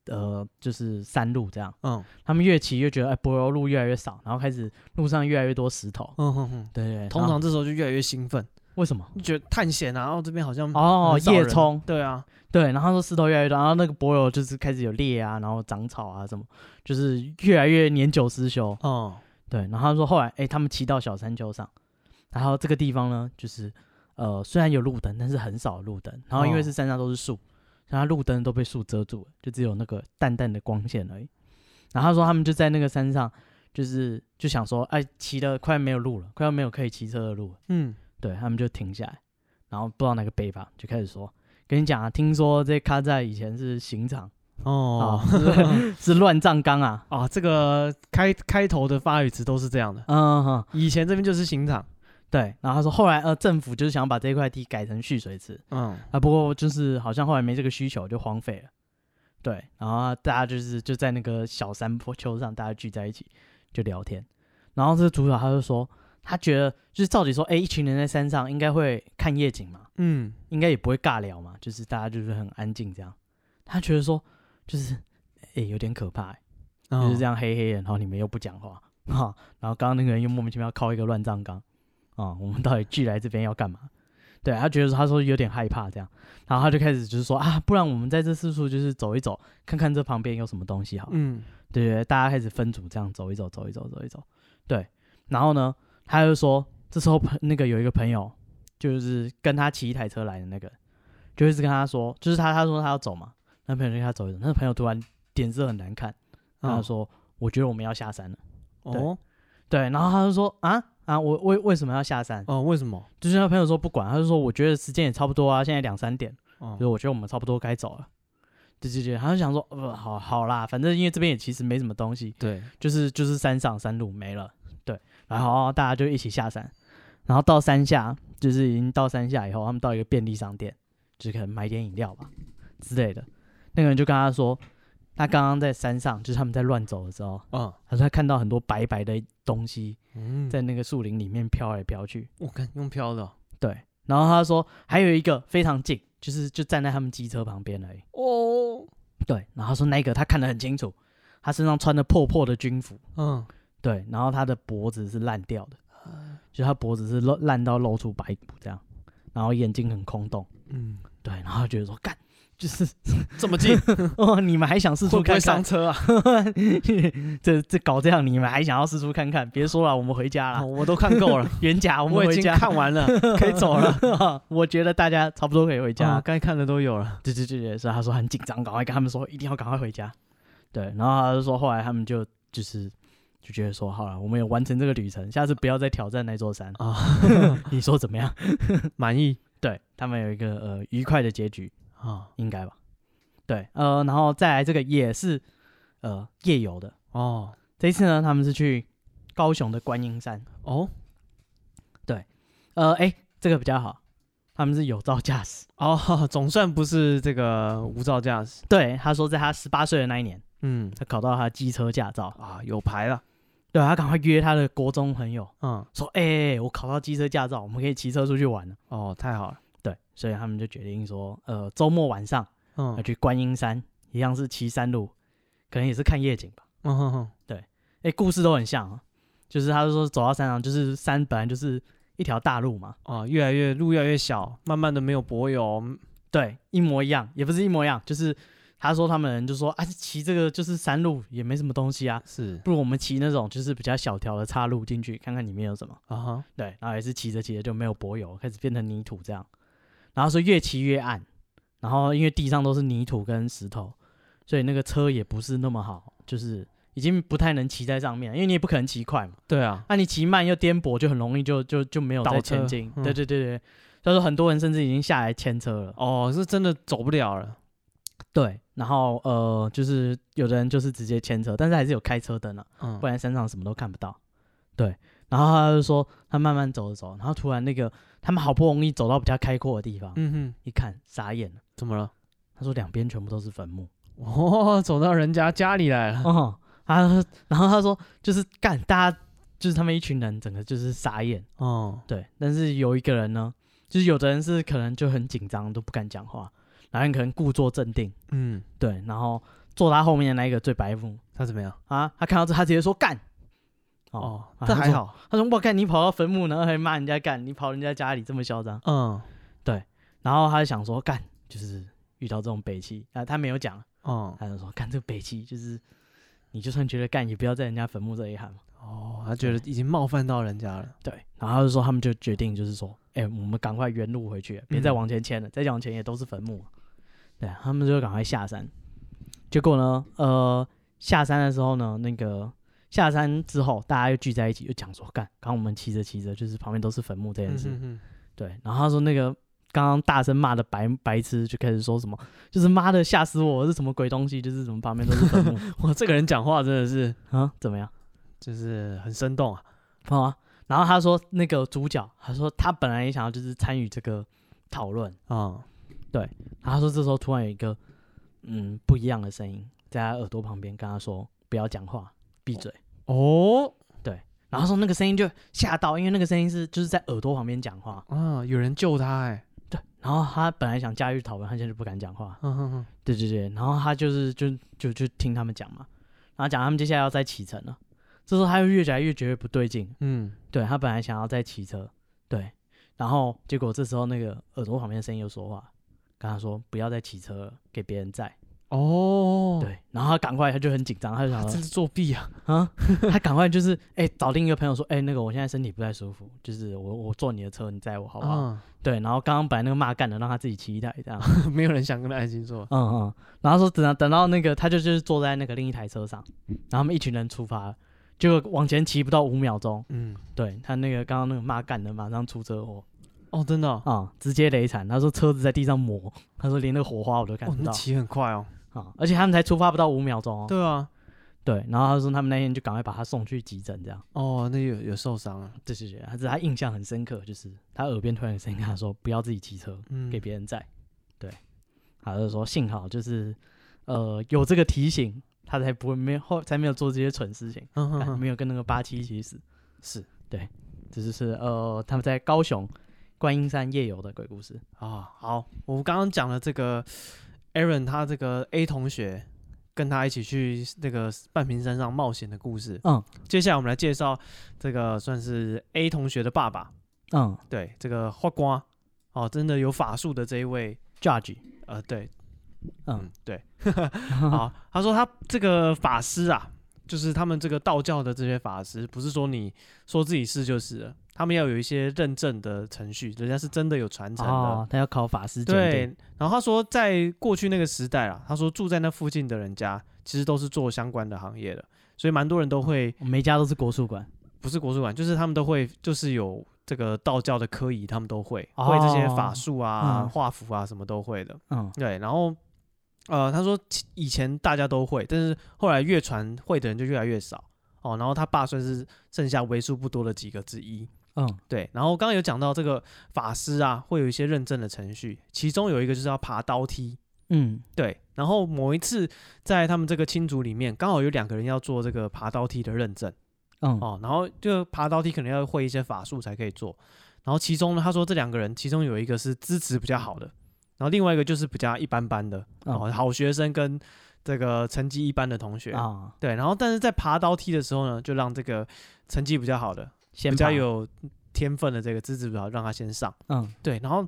呃，就是山路这样。
嗯
他们越骑越觉得哎，柏油路越来越少，然后开始路上越来越多石头。
嗯嗯嗯，
对对对，
通
然后
常这时候就越来越兴奋。
为什么？
就觉得探险啊，然后这边好像
哦
很，少
夜
人
冲，
对啊，
对，然后他说石头越来越多，然后那个柏油就是开始有裂啊，然后长草啊什么，就是越来越年久失修。
哦、
对，然后他说后来，哎，他们骑到小山丘上，然后这个地方呢，就是呃，虽然有路灯，但是很少路灯。然后因为
哦
是山上都是树，然后路灯都被树遮住了，就只有那个淡淡的光线而已。然后他说他们就在那个山上，就是就想说，哎，骑的快没有路了，快要没有可以骑车的路了。
嗯，
对他们就停下来，然后不知道哪个北吧，就开始说，跟你讲啊，听说这卡在以前是刑场
哦
啊， 是是乱葬岗啊，
啊，这个开开头的发语词都是这样的。
嗯哼，
以前这边就是刑场，
对，然后他说后来呃政府就是想把这块地改成蓄水池
嗯，
啊，不过就是好像后来没这个需求就荒废了，对，然后大家就是就在那个小山坡丘上大家聚在一起就聊天，然后这个主角他就说他觉得就是照理说，哎，一群人在山上应该会看夜景嘛，
嗯，
应该也不会尬聊嘛，就是大家就是很安静这样。他觉得说，就是诶、有点可怕、欸，就是这
样，
样黑黑的，然后你们又不讲话哈、然后刚刚那个人又莫名其妙靠一个乱葬岗啊、我们到底聚来这边要干嘛？对他觉得说他说有点害怕这样，然后他就开始就是说啊，不然我们在这四处就是走一走，看看这旁边有什么东西好了。
嗯，
对对，对大家开始分组这样走一走，走一走，走一走。对，然后呢，他就说，这时候朋那个有一个朋友，就是跟他骑一台车来的那个，就一直跟他说，就是他他说他要走嘛，那朋友就跟他走一走，那朋友突然脸色很难看，然后
哦
他说，我觉得我们要下山了。
哦
对，然后他就说啊啊，我为为什么要下山？
哦，为什么？
就是他朋友说不管，他就说我觉得时间也差不多啊，现在两三点，
哦
所以，我觉得我们差不多该走了。对对对，他就想说，呃，好好啦，反正因为这边也其实没什么东西，
对，
就是就是山上山路没了，对，然后大家就一起下山，然后到山下，就是已经到山下以后，他们到一个便利商店，就是可能买点饮料吧之类的。那个人就跟他说，他刚刚在山上，就是他们在乱走的时候，
嗯
他说他看到很多白白的东西
嗯，
在那个树林里面飘来飘去，
我看用飘的哦，
对，然后他说还有一个非常近，就是就站在他们机车旁边而已，
哦，
对，然后他说那个他看得很清楚，他身上穿的破破的军服。
嗯，
对，然后他的脖子是烂掉的，就他脖子是露烂到露出白骨这样，然后眼睛很空洞，
嗯，
对，然后他觉得说干。就是
这么近 会
哦，你们还想四处
不会
看
上
看？
车啊？
这这搞这样，你们还想要四处看看？别说了，我们回家
哦
了。
我都看够 了，
原甲，我们
我已
回
经
家，
看 完了，可以走了。
了。 我觉得大家差不多可以回家
啊，。该看的都有了。
对对对对，所以他说很紧张，赶快跟他们说一定要赶快回家。对，然后他就说后来他们就就是就觉得说好了，我们有完成这个旅程，下次不要再挑战那座山
啊。
你说怎么样？
满意
对他们有一个呃愉快的结局，
啊？
应该吧？对，呃，然后再来这个也是呃夜游的，
哦
这一次呢，他们是去高雄的观音山，
哦
呃，哎，这个比较好，他们是有照驾驶。
哦， 总算不是这个无照驾驶。
对，他说在他十八岁的那一年，
嗯
他考到他的机车驾照，
啊，有牌了。
对啊他赶快约他的国中朋友
嗯
说，哎、我考到机车驾照，我们可以骑车出去玩了。
哦，太好了。
对，所以他们就决定说，呃，周末晚上要
嗯
去观音山，一样是骑山路，可能也是看夜景吧。
嗯哼哼
哎、故事都很像、啊，就是他说走到山上，就是山本来就是一条大路嘛，
啊，越来越路越来越小，慢慢的没有柏油。嗯
对，一模一样，也不是一模一样，就是他说他们人就说啊，骑这个就是山路也没什么东西啊，
是
不如我们骑那种就是比较小条的岔路进去，看看里面有什么。
啊哈，
对，然后也是骑着骑着就没有柏油，开始变成泥土这样，然后说越骑越暗，然后因为地上都是泥土跟石头，所以那个车也不是那么好，就是已经不太能骑在上面了，因为你也不可能骑快嘛。
对啊，
那、你骑慢又颠簸，就很容易就就就没有
倒
再
车
前进。
嗯
对对对对，所以说很多人甚至已经下来牵车了。
哦，是真的走不了了。
对，然后呃，就是有的人就是直接牵车，但是还是有开车灯啊，
嗯
不然山上什么都看不到。对，然后他就说他慢慢走着走，然后突然那个他们好不容易走到比较开阔的地方，
嗯哼，
一看傻眼了，
怎么了？
他说两边全部都是坟墓。
哦，走到人家家里来了。
哦，啊，然后他说就是干，大家就是他们一群人，整个就是傻眼。
哦
对，但是有一个人呢，就是有的人是可能就很紧张，都不敢讲话，然后你可能故作镇定，
嗯，
对，然后坐他后面的那一个最白目
他怎么样？
啊，他看到这，他直接说干，
哦，
啊
这
他
还
说
好，
他说：“我干，你跑到坟墓，然后还骂人家干，你跑人家家里这么嚣张。
嗯”
然后他就想说：“干，就是遇到这种北齐啊。”他没有讲，
嗯，
他就说：“干，这个北齐就是，你就算觉得干，也不要在人家坟墓这里喊嘛。
哦，他觉得已经冒犯到人家了，”
对。然后他就说：“他们就决定就是说，哎、我们赶快原路回去，别再
嗯
往前迁了，再往前也都是坟墓。”对，他们就赶快下山。结果呢，呃，下山的时候呢，那个下山之后，大家又聚在一起，就讲说：“干，刚刚我们骑着骑着，就是旁边都是坟墓这件
嗯
事。
哼 哼，
对，然后他说那个刚刚大声骂的白白痴就开始说什么，就是妈的吓死我，是什么鬼东西，就是什么旁边都是坟墓
哇，这个人讲话真的是
啊，怎么样？
就是很生动啊，
好啊。然后他说那个主角，他说他本来也想要就是参与这个讨论，
嗯，
然后他说这时候突然有一个嗯不一样的声音在他耳朵旁边跟他说不要讲话，闭嘴。
哦，
然后他说那个声音就吓到，因为那个声音是就是在耳朵旁边讲话，
啊，有人救他哎，
对。然后他本来想驾驭讨论，他现在就不敢讲话，
嗯哼哼，
对对对，然后他就是就就就听他们讲嘛，然后讲他们接下来要再启程了。这时候他又越来越觉得不对劲，
嗯，
对他本来想要再骑车，对，然后结果这时候那个耳朵旁边的声音又说话，跟他说不要再骑车了，给别人载。
哦，
对，然后他赶快他就很紧张，他就
啊，
想
这
说
是作弊啊，
啊， 他赶快就是哎、找另一个朋友说，哎、那个我现在身体不太舒服，就是我我坐你的车，你载我好不好？
啊，
对，然后刚刚本来那个骂干的让他自己骑一台这样，
没有人想跟他一起做，
嗯嗯，然后说等到等到那个他就就是坐在那个另一台车上，
嗯
然后他们一群人出发了，结果往前骑不到五秒钟，
嗯，
对他那个刚刚那个骂干的马上出车祸
哦，真的哦，
啊、直接雷惨。他说车子在地上磨， 他说连那个火花我都看
哦，
不
那
到
骑很快哦，
啊、而且他们才出发不到五秒钟哦。
对啊，
对然后他说他们那天就赶快把他送去急诊，这样。
哦，那有有受伤了，
对对对，他是他印象很深刻，就是他耳边突然有声音跟他说不要自己骑车，
嗯，
给别人载。对，他就说幸好就是呃有这个提醒，他才不会没有后才没有做这些蠢事情，
嗯哼
哎
哼，
没有跟那个八七一起死。
是
这就是呃他们在高雄观音山夜游的鬼故事。
啊，好，我们刚刚讲了这个 Aaron 他这个 A 同学跟他一起去那个半屏山上冒险的故事。
嗯，
接下来我们来介绍这个算是 A 同学的爸爸，
嗯
对，这个花瓜哦，真的有法术的这一位，
，Judge，
呃，对，嗯
嗯，，
对， 好，他说他这个法师啊，就是他们这个道教的这些法师，不是说你说自己是就是了，他们要有一些认证的程序，人家是真的有传承的。
哦，他要考法师检定。
对，然后他说，在过去那个时代啊，他说住在那附近的人家，其实都是做相关的行业的，所以蛮多人都会，
我每家都是国术馆，
不是国术馆，就是他们都会，就是有这个道教的科仪，他们都会、
哦
会这些法术啊、
嗯
画符啊，什么都会的。
嗯
对，然后呃，他说其以前大家都会，但是后来越传会的人就越来越少哦。然后他爸算是剩下为数不多的几个之一。
嗯
对，然后刚刚有讲到这个法师啊，会有一些认证的程序，其中有一个就是要爬刀梯。
嗯
对，然后某一次在他们这个亲族里面，刚好有两个人要做这个爬刀梯的认证
嗯，
哦，然后这个爬刀梯可能要会一些法术才可以做。然后其中呢，他说这两个人其中有一个是资质比较好的，然后另外一个就是比较一般般的哦，
嗯
好学生跟这个成绩一般的同学。
啊，
对，然后但是在爬刀梯的时候呢，就让这个成绩比较好的、
先
比较
爬，
有天分的这个资质比较好，让他先上。
嗯
对，然后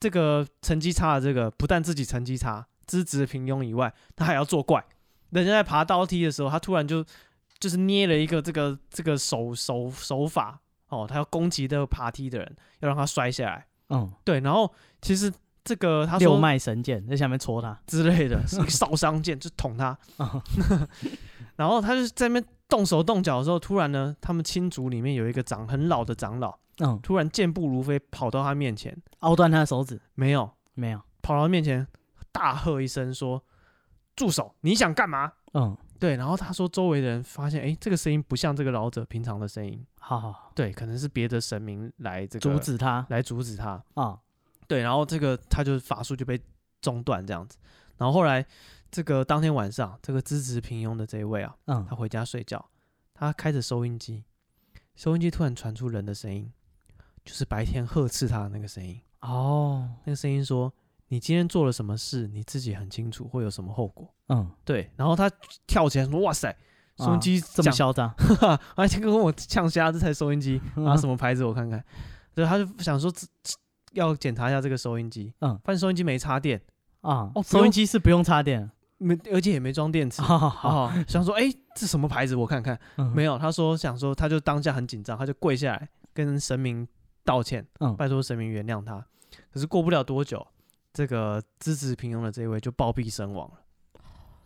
这个成绩差的这个，不但自己成绩差，资质平庸以外，他还要作怪。人家在爬刀梯的时候，他突然就就是捏了一个这个这个手手手法哦，他要攻击这个爬梯的人，要让他摔下来。
嗯，
对，然后其实这个他
六
说
脉神剑在下面戳他，
之类的，是一个烧伤剑，就捅他。
嗯
然后他就在那边动手动脚的时候，突然呢，他们亲族里面有一个长很老的长老，
嗯，
突然健步如飞跑到他面前，
凹断他的手指
没有，
没有？
跑到他面前大喝一声说：“住手！你想干嘛
嗯，？”
对，然后他说周围的人发现，哎，这个声音不像这个老者平常的声音，
好好好，
对，可能是别的神明来这个
阻止他
来阻止他。
啊，
对，然后这个他就法术就被中断这样子。然后后来这个当天晚上，这个资质平庸的这一位啊，
嗯
他回家睡觉，他开着收音机，收音机突然传出人的声音，就是白天呵斥他的那个声音。
哦，
那个声音说：“你今天做了什么事，你自己很清楚会有什么后果。
嗯”
对，然后他跳起来说：“哇塞， 收音机
这么嚣张，
而且跟我呛虾，这台收音 机啊什么牌子？我看看。对，他就想说这这要检查一下这个收音机，
嗯
发现收音机没插电，
啊
哦？不
收
用
音机是不用插电，
没而且也没装电池。
好好好，
哦，想说哎、这什么牌子？我看看。
嗯
没有，他说想说，他就当下很紧张，他就跪下来跟神明道歉，
嗯
拜托神明原谅他。可是过不了多久，这个资质平庸的这一位就暴毙身亡了。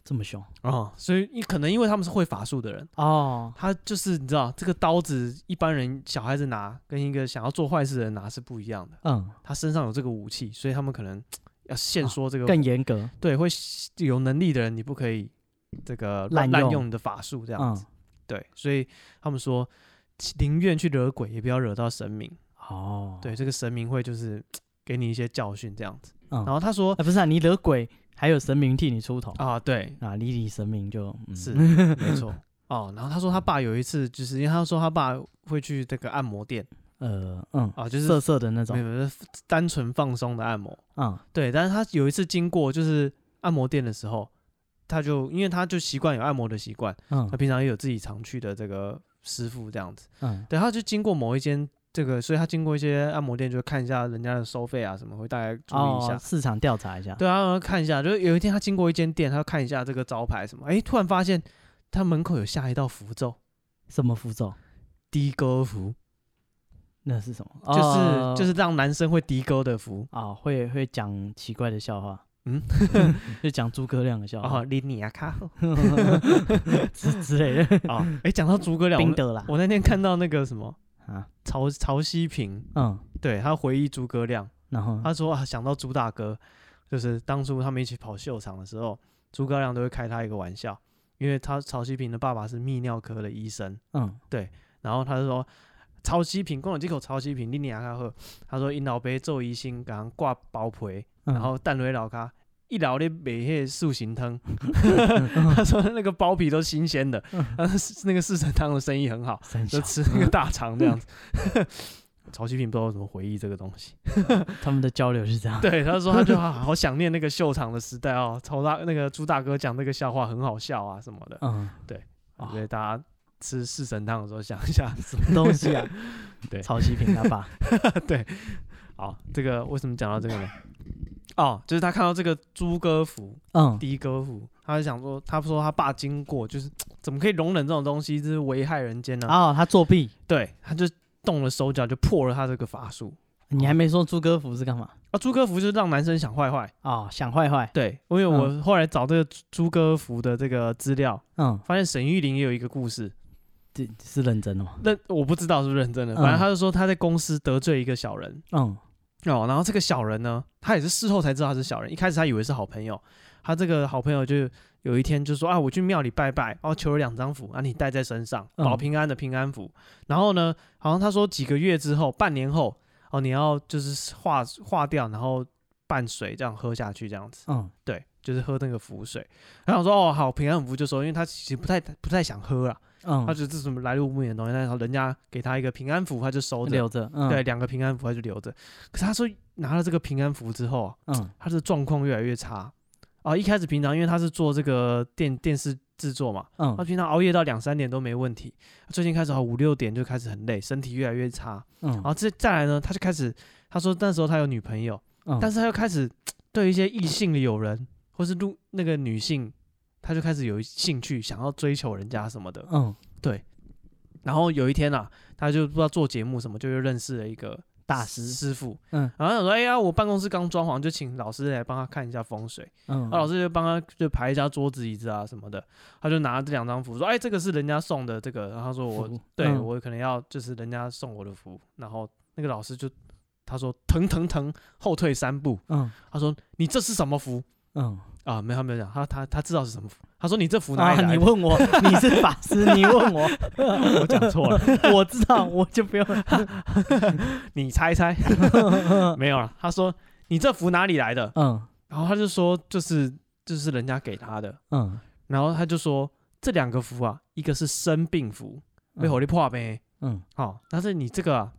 这么凶
哦，所以你可能因为他们是会法术的人，
哦，
他就是你知道这个刀子，一般人小孩子拿跟一个想要做坏事的人拿是不一样的，
嗯，
他身上有这个武器，所以他们可能要限缩这个、
啊更严格，
对会有能力的人，你不可以这个滥滥
滥用
用你的法术这样
嗯
子。，对，所以他们说，其宁愿去惹鬼，也不要惹到神明。
哦，，
对，这个神明会就是给你一些教训这样子。
嗯，
然后他说
啊，不是啊，你惹鬼，还有神明替你出头
啊，对，
啊，你理神明就、嗯、
是没错。哦，然后他说他爸有一次，就是因为他说他爸会去这个按摩店
呃嗯，
啊，就是
色色的那
没
种，
有没有就是单纯放松的按摩。
嗯
对，但是他有一次经过就是按摩店的时候，他就因为他就习惯有按摩的习惯，他
嗯
平常也有自己常去的这个师傅这样子。
嗯
对，他就经过某一间这个，所以他经过一些按摩店，就会看一下人家的收费啊什么，会大概注意一下。
哦，市场调查一下，
对啊，然后看一下，就是有一天他经过一间店，他看一下这个招牌什么，哎，突然发现他门口有下一道符咒，
什么符咒？
的哥符，
那是什么？
就是、
哦
就是让男生会的哥的符
啊，会会讲奇怪的笑话，
嗯，
就讲诸葛亮的笑
哦，
话
你你啊卡
之之类的，
哦， 哎，讲到诸葛亮，我
冰
那
的啦
我那天看到那个什么
啊，
曹曹希平，
嗯，
对他回忆诸葛亮，
然后
他说啊，想到朱大哥，就是当初他们一起跑秀场的时候，诸葛亮都会开他一个玩笑，因为他曹希平的爸爸是泌尿科的医生，
嗯
然后他就说曹希平，共有这口曹希平，你你阿卡喝，他说因老爸做医生，给人挂包皮，
嗯
然后蛋蕊老卡。一聊咧买迄素形汤，他说那个包皮都新鲜的，他说是那个四神汤的生意很好，
三
就
小
吃那个大肠这样子。曹希平不知道怎么回忆这个东西，
他们的交流是这样，
对，他说他就好好想念那个秀场的时代哦，曹大那个朱大哥讲那个笑话很好笑啊什么的，
嗯，哦
所以大家吃四神汤的时候想一下。？
什么东西啊
对
曹希平他爸，
好，这个为什么讲到这个呢？哦，就是他看到这个朱哥福、
嗯
的哥福，他就想说，他说他爸经过，就是怎么可以容忍这种东西，这是危害人间呢、
哦，他作弊，
对，他就动了手脚，就破了他这个法术。
你还没说朱哥福是干嘛？
啊，朱哥福就是让男生想坏坏。
哦，想坏坏，
对，因为我后来找这个朱朱哥福的这个资料，
嗯，
发现沈玉琳也有一个故事，
这是认真的吗？
那我不知道是不是认真的，
嗯
反正他就说他在公司得罪一个小人
嗯
哦，然后这个小人呢，他也是事后才知道他是小人，一开始他以为是好朋友，他这个好朋友就有一天就说啊，我去庙里拜拜，哦，求了两张符啊，你带在身上，
嗯
保平安的平安符。然后呢，好像他说几个月之后，半年后哦，你要就是化化掉，然后拌水这样喝下去，这样子，
嗯
对，就是喝那个符水。然后我说哦，好，平安符就收，因为他其实不太不太想喝啊。
嗯，
他觉得这是什么来路不明的东西，但是人家给他一个平安符，他就收着，
留着，嗯
对，，两个平安符他就留着。可是他说拿了这个平安符之后啊，
嗯
他的状况越来越差啊。一开始平常因为他是做这个电电视制作嘛，他
嗯
平常熬夜到两三点都没问题，最近开始啊五六点就开始很累，身体越来越差。
嗯
然，后这再来呢，他就开始他说那时候他有女朋友，
嗯
但是他又开始对一些异性的友人或是路那个女性，他就开始有兴趣，想要追求人家什么的。
嗯，
然后有一天啊，他就不知道做节目什么，就又认识了一个
大师，
师傅。
嗯
然后他说：“哎呀，我办公室刚装潢，就请老师来帮他看一下风水。
嗯，
那老师就帮他就排一下桌子、椅子啊什么的。他就拿这两张符说：‘哎，这个是人家送的，这个。’然后他说我：‘
服
对、
嗯
我可能要就是人家送我的符。’然后那个老师就他说：‘疼疼疼，后退三步。
嗯’
他说：‘你这是什么符
嗯，
啊？’没有他没有讲，他他他知道是什么符。他说：‘你这符哪里
啊，
来
你
的？’
问我， 你是法师，你问我，
我讲错了，
我知道，我就 不用，
你猜猜。没有了，他说你这符哪里来的？
嗯
然后他就说就是就是人家给他的，
嗯，
然后他就说这两个符啊，一个是生病符，
嗯
被火力破呗，
嗯
好、哦，但是你这个、啊、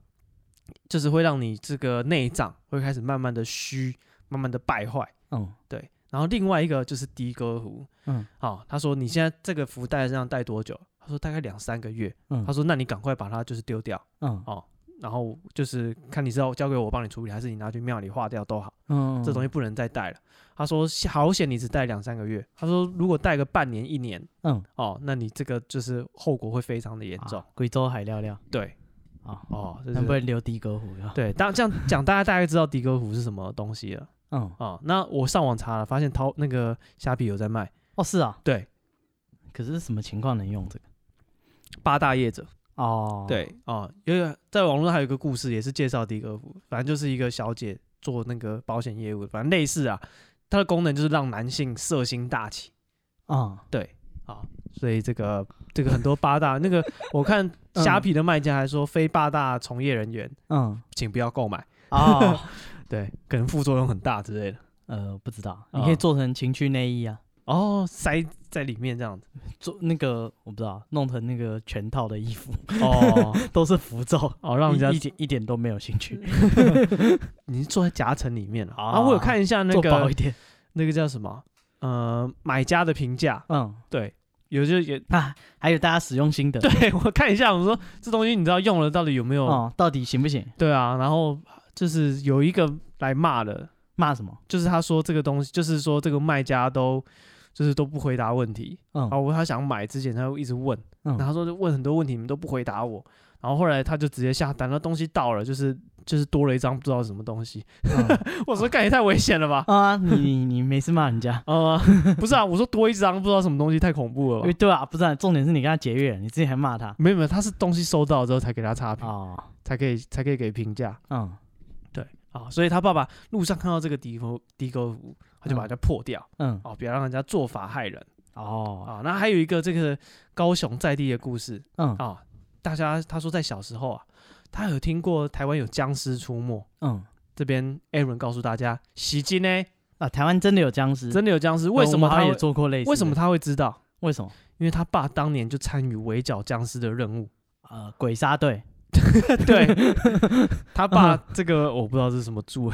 就是会让你这个内脏会开始慢慢的虚，慢慢的败坏，
嗯
对，然后另外一个就是的哥湖，
嗯
好、他说你现在这个福袋这样戴多久？他说大概两三个月。
嗯
他说那你赶快把它就是丢掉，
嗯
然后就是看你是要交给我帮你处理，还是你拿去庙里化掉都好，
嗯，
这东西
西
不能再戴了。他说好险你只戴两三个月，他说如果戴个半年一年，
嗯
哦，那你这个就是后果会非常的严重。
啊贵州海料料
对，
啊，
哦，这
能不
是
能留的哥湖啊呀？
对，当这样讲，大家大概知道的哥湖是什么东西了
嗯，
啊、哦那我上网查了，发现淘那个虾皮有在卖，
哦是啊，
对，
可是什么情况能用这个？
八大业者。
哦，，
对哦，因为在网络上还有一个故事，也是介绍的哥湖，反正就是一个小姐做那个保险业务，反正类似啊，它的功能就是让男性色心大起。
啊，
对啊，所以这个这个很多八大那个， 我看虾皮的卖家还说，非八大从业人员
嗯，
请不要购买，
哦，
对，可能副作用很大之类的。
呃，不知道，你可以
哦
做成情趣内衣啊，
哦，塞在里面这样子。
做那个我不知道，弄成那个全套的衣服，
哦
都是符咒，
哦，让人家
一一点一点都没有兴趣，
你是坐在夹层里面了啊！
啊
我有看一下那
做薄
个
一点，
那个叫什么呃买家的评价，
嗯
对，有就也
啊，还有大家使用心 得，
对我看一下，我说这东西你知道用了到底有没有？
哦，到底行不行？
对啊，然后就是有一个来骂的，
骂什么？
就是他说这个东西，就是说这个卖家都就是都不回答问题，
嗯
然后我他想买之前他会一直问，
嗯
然后他说就问很多问题你们都不回答我，然后后来他就直接下单，那东西到了就是就是多了一张不知道是什么东西，
嗯
我说干也太危险了吧。
啊，你你你没事骂人家，
啊、 不是啊，我说多一张不知道什么东西太恐怖了
哦因
吧
为？对啊，不是啊，重点是你跟他结怨，你自己还骂他，
没有没有，他是东西收到之后才给他差评，
哦，
才可以才可以给评价。
嗯，
对啊、所以他爸爸路上看到这个的哥的哥服，他就把它破掉
嗯，
哦，不要让人家做法害人
哦，
啊、那还有一个这个高雄在地的故事
嗯
啊、大家他说在小时候啊，他有听过台湾有僵尸出没。
嗯，
这边 Aaron 告诉大家，喜金呢
啊，台湾真的有僵尸，
真的有僵尸，为什么
他
他
也
会
做过类似的？
为什么他会知道？
为什么？
因为他爸当年就参与围剿僵尸的任务。
呃，鬼杀队，
对， 他 爸这个我不知道是什么猪，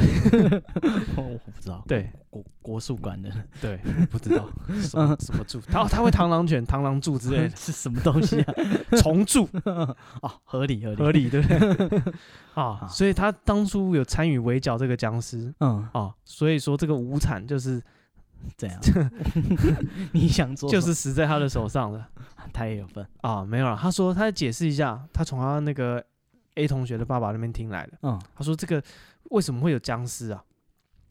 我不知道，
对
国国术馆的
对，我不知道什
嗯
么什么柱，他他会螳螂拳、螳螂柱之类
是什么东西啊？
的虫柱，
哦，合理合理，
合理对不对？ 啊
啊，
所以他当初有参与围剿这个僵尸
嗯，
啊，所以说这个无产就是
怎样？ 你想做什
就
么？
是死在他的手上了
他也有份，
啊，没有了。他说他解释一下，他从他那个 A 同学的爸爸那边听来的。
嗯，
他说这个为什么会有僵尸啊？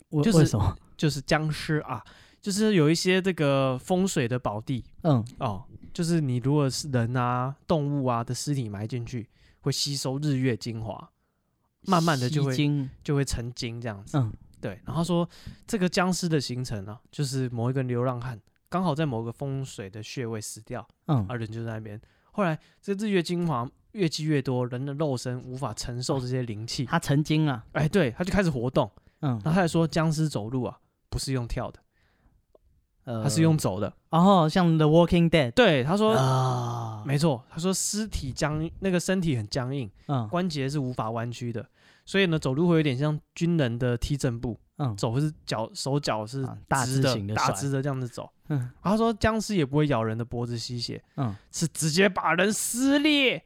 我
就是
为什么？
就是僵尸啊，就是有一些这个风水的宝地，
嗯
哦，就是你如果是人啊、动物啊的尸体埋进去，会吸收日月精华，慢慢的就
吸
会
睛
就会成精这样子。
嗯
对，然后说这个僵尸的形成啊，就是某一个流浪汉刚好在某个风水的穴位死掉，
嗯
啊，人就在那边。后来这日月精华越积越多，人的肉身无法承受这些灵气，
他曾经啊，
哎，对，他就开始活动。
嗯，
然后他还说，僵尸走路啊，不是用跳的，
呃，
他是用，走的。
然后像 The Walking Dead
对，他说
啊，
没错，他说尸体僵，那个身体很僵硬，
嗯
关节是无法弯曲的，所以呢，走路会有点像军人的踢正步，
嗯
走是脚手脚是
啊大
直
字
的，
形的
大
甩
直的这样子走。
嗯
然后他说僵尸也不会咬人的脖子吸血，
嗯
是直接把人撕裂，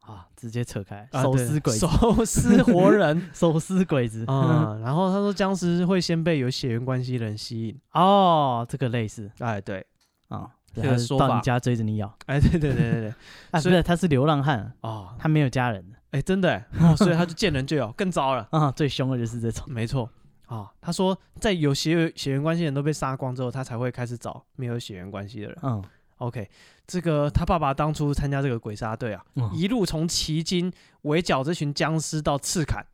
啊，直接扯开，
啊
手
对
撕鬼子，
手 撕活人
手撕鬼 子，嗯，
啊、然后他说僵尸会先被有血缘关系的人吸引，
哦，这个类似
哎对，
啊，
这
对
个
他是
说
到
法
你家追着你咬，
哎对对对对对，
啊，不
所以
是，他是流浪汉，
哦，
他没有家人的
哎真的哎、哦，所以他就见人就咬，更糟了。
啊，最凶的就是这种，
没错啊、他说在有血缘血缘关系的人都被杀光之后，他才会开始找没有血缘关系的人。
嗯
OK，这个他爸爸当初参加这个鬼杀队啊，
嗯
一路从旗津围剿这群僵尸到赤坎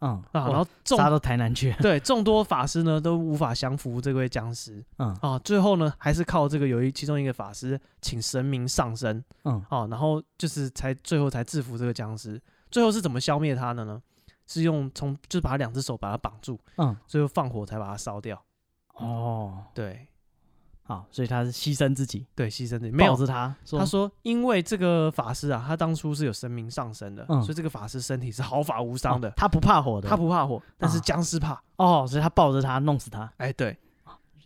嗯，
啊，然
哇
后众
杀到台南去，
对众多法师呢都无法降服这位僵尸
嗯
啊，最后呢还是靠这个有一其中一个法师请神明上身
嗯
啊，然后就是才最后才制服这个僵尸。最后是怎么消灭他的呢？是用从就是把他两只手把他绑住，
嗯，
最后放火才把他烧掉。
哦，
对
好，所以他是牺牲自己，
对，牺牲的没有
抱。着他，
他说，因为这个法师啊，他当初是有神明上身的，
嗯
所以这个法师身体是毫发无伤的，
哦他不怕火的，
他不怕火，但是
啊
僵尸怕。
哦，所以他抱着他弄死他，
哎，对，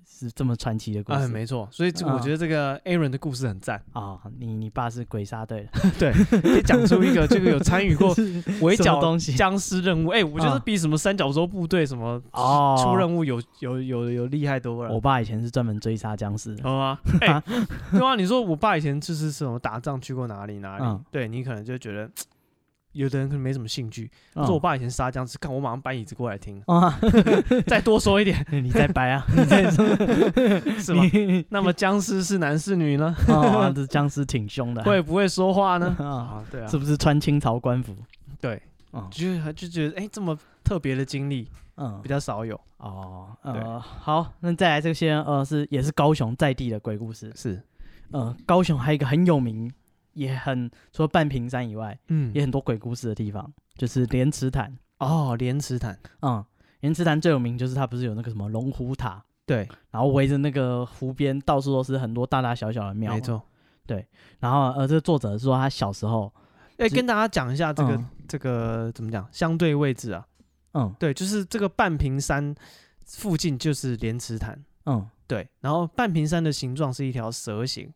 是这么传奇的故
哎，
事。
没错，所以这我觉得这个 Aaron 的故事很赞，
啊、你你爸是鬼杀队的，
可以讲出一个这个有参与 过围
什么
剿
东西
僵尸任务，哎，我觉得比什么三角洲部队什么
嗯哦
出任务有有有有厉害多了
我。爸以前是专门追杀僵尸的。
好啊， 哎，对啊，你说我爸以前就是什么打仗去过哪里哪里
嗯，
对你可能就觉得，有的人可能没什么兴趣，
嗯
说我爸以前杀僵尸，看我马上搬椅子过来听，
啊，
再多说一点
你在白啊，你在说
是 吗？ 那么僵尸是男是女呢？
啊，这僵尸挺凶 的，
会不会说话 呢？
啊，
啊，对啊
是，不是穿清朝官服？
对，
啊，
就是就觉得哎、这么特别的经历
嗯
比，较少有，
哦，
对
呃，好，那再来这些呃是也是高雄在地的鬼故事，
是，
呃，高雄还有一个很有名，也很除了半屏山以外，
嗯
也很多鬼故事的地方，就是莲池潭，
哦，莲池潭，
嗯，莲池潭最有名就是它不是有那个什么龙虎塔，
对，
然后围着那个湖边到处都是很多大大小小的庙，
没。错。
然后呃，这个作者说他小时候，
哎、
只
跟大家讲一下这个、
嗯
这个怎么讲相对位置啊？
嗯
对，就是这个半屏山附近就是莲池潭，
嗯
对，然后半屏山的形状是一条蛇形，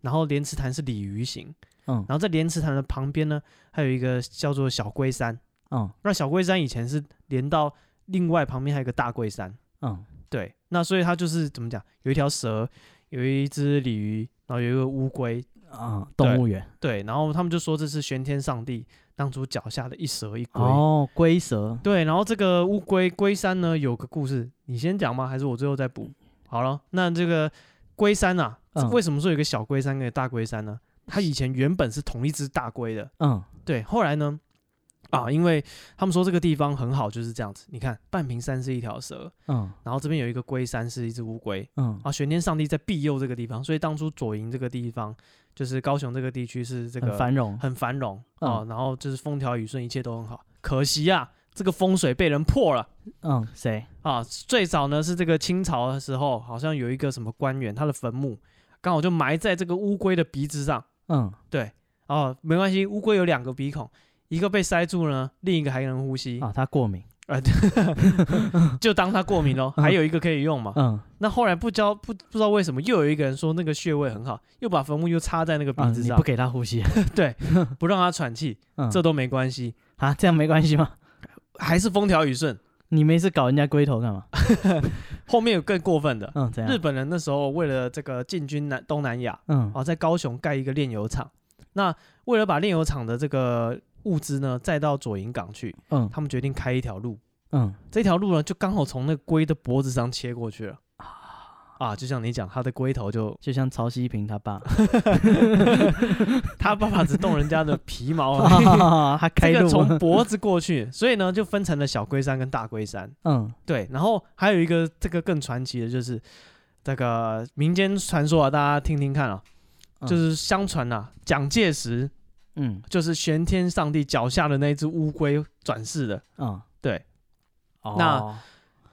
然后莲池潭是鲤鱼形，
嗯
然后在莲池潭的旁边呢，还有一个叫做小龟山，
嗯
那小龟山以前是连到另外旁边还有一个大龟山。
嗯
对，那所以它就是怎么讲，有一条蛇，有一只鲤鱼，然后有一个乌龟，
嗯，动物园
对，然后他们就说这是玄天上帝当初脚下的一蛇一龟。
哦，龟蛇，
对，然后这个乌龟龟山呢有个故事，你先讲吗？还是我最后再补？好了，那这个龟山啊，
嗯
为什么说有个小龟山跟大龟山呢？它以前原本是同一只大龟的，
嗯
对，后来呢，啊，因为他们说这个地方很好，就是这样子。你看，半屏山是一条蛇，
嗯
然后这边有一个龟山是一只乌龟，
嗯
啊，玄天上帝在庇佑这个地方，所以当初左营这个地方，就是高雄这个地区是这
很
个
繁荣，
很繁荣
嗯
啊，然后就是风调雨顺，一切都很好。可惜啊，这个风水被人破了
嗯，谁？
啊！最早呢是这个清朝的时候，好像有一个什么官员，他的坟墓刚好就埋在这个乌龟的鼻子上。
嗯
哦，没关系，乌龟有两个鼻孔，一个被塞住呢，另一个还能呼吸，
啊，他过敏，
就当它过敏 咯， 还有一个可以用嘛。
嗯，
那后来不交不不知道为什么，又有一个人说那个穴位很好，又把坟墓又插在那个鼻
啊，
子
你
上，
不给他呼 吸，
不让他喘气，
嗯，
这都没关系，
啊，这样没关系吗？
还是风调雨顺。
你没事搞人家龟头干 嘛？
后面有更过分的，
嗯，怎
日
样？
本人那时候为了这个进军南东南亚，
嗯
啊，在高雄盖一个炼油厂。那为了把炼油厂的这个物资呢载到左营港去，
嗯
他们决定开一条路，
嗯，
这条路呢就刚好从那个龟的脖子上切过去了。啊，就像你讲，他的龟头就
就像曹希平他爸，
他爸爸只动人家的皮毛 而已，
他开
哦这个
路，
从脖子过去，所以呢就分成了小龟山跟大龟山。
嗯
对，然后还有一个这个更传奇的就是这个民间传说啊，大家听听看啊，
嗯
就是相传啊，蒋介石
嗯
就是玄天上帝脚下的那只乌龟转世的。
嗯，
对，
哦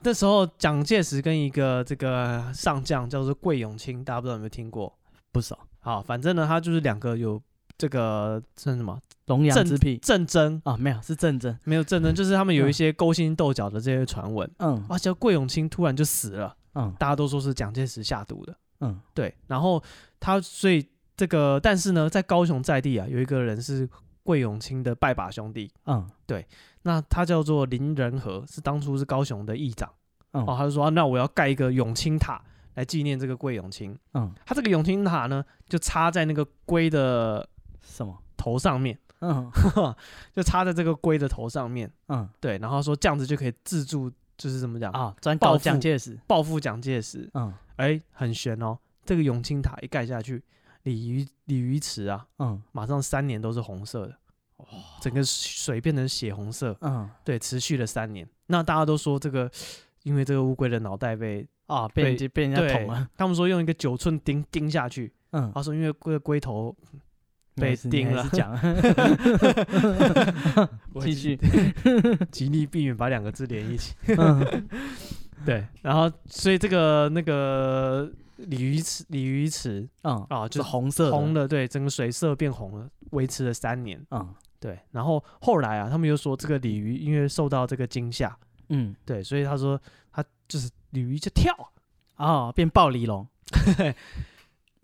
那时候蒋介石跟一个这个上将叫做桂永清，大家不知道有没有听过？
不少，
好，反正呢，他就是两个有这个算什么
龙阳
正
之癖
战争，
啊，没有是正正，
没有战争，就是他们有一
嗯
些勾心斗角的这些传闻。
嗯
而且桂永清突然就死了，
嗯
大家都说是蒋介石下毒的。
嗯
对，然后他所以这个，但是呢，在高雄在地啊，有一个人是桂永清的拜把兄弟，
嗯
那他叫做林仁和，是当初是高雄的议长。
嗯
哦，他就说、啊那我要盖一个永清塔来纪念这个桂永清。
嗯，
他这个永清塔呢，就插在那个龟的
什么？
头上面，
嗯
就插在这个龟的头上面。
嗯
对，然后说这样子就可以自助，就是怎么讲，
啊，专
报
搞
复
蒋介石，
报复蒋介石。
嗯
哎，很悬哦！这个永清塔一盖下去，鲤鱼鲤鱼池啊，
嗯
马上三年都是红色的，整个水变成血红色，
嗯
对，持续了三年。那大家都说这个，因为这个乌龟的脑袋被
啊，被人
对
家被人家捅了，，
他们说用一个九寸钉钉下去，
嗯，
他说因为龟龟头，被
没事你
定
还
了
是讲，继续，
极力避免把两个字连一 起。
嗯
对，然后所以这个那个鲤鱼池鲤鱼池
嗯，
啊，
是
就是
红色的
红，了，对，整个水色变红了，维持了三年。
嗯
对，然后后来啊，他们又说这个鲤鱼因为受到这个惊吓，
嗯
对，所以他说他就是鲤鱼就跳，
哦，变暴鲤龙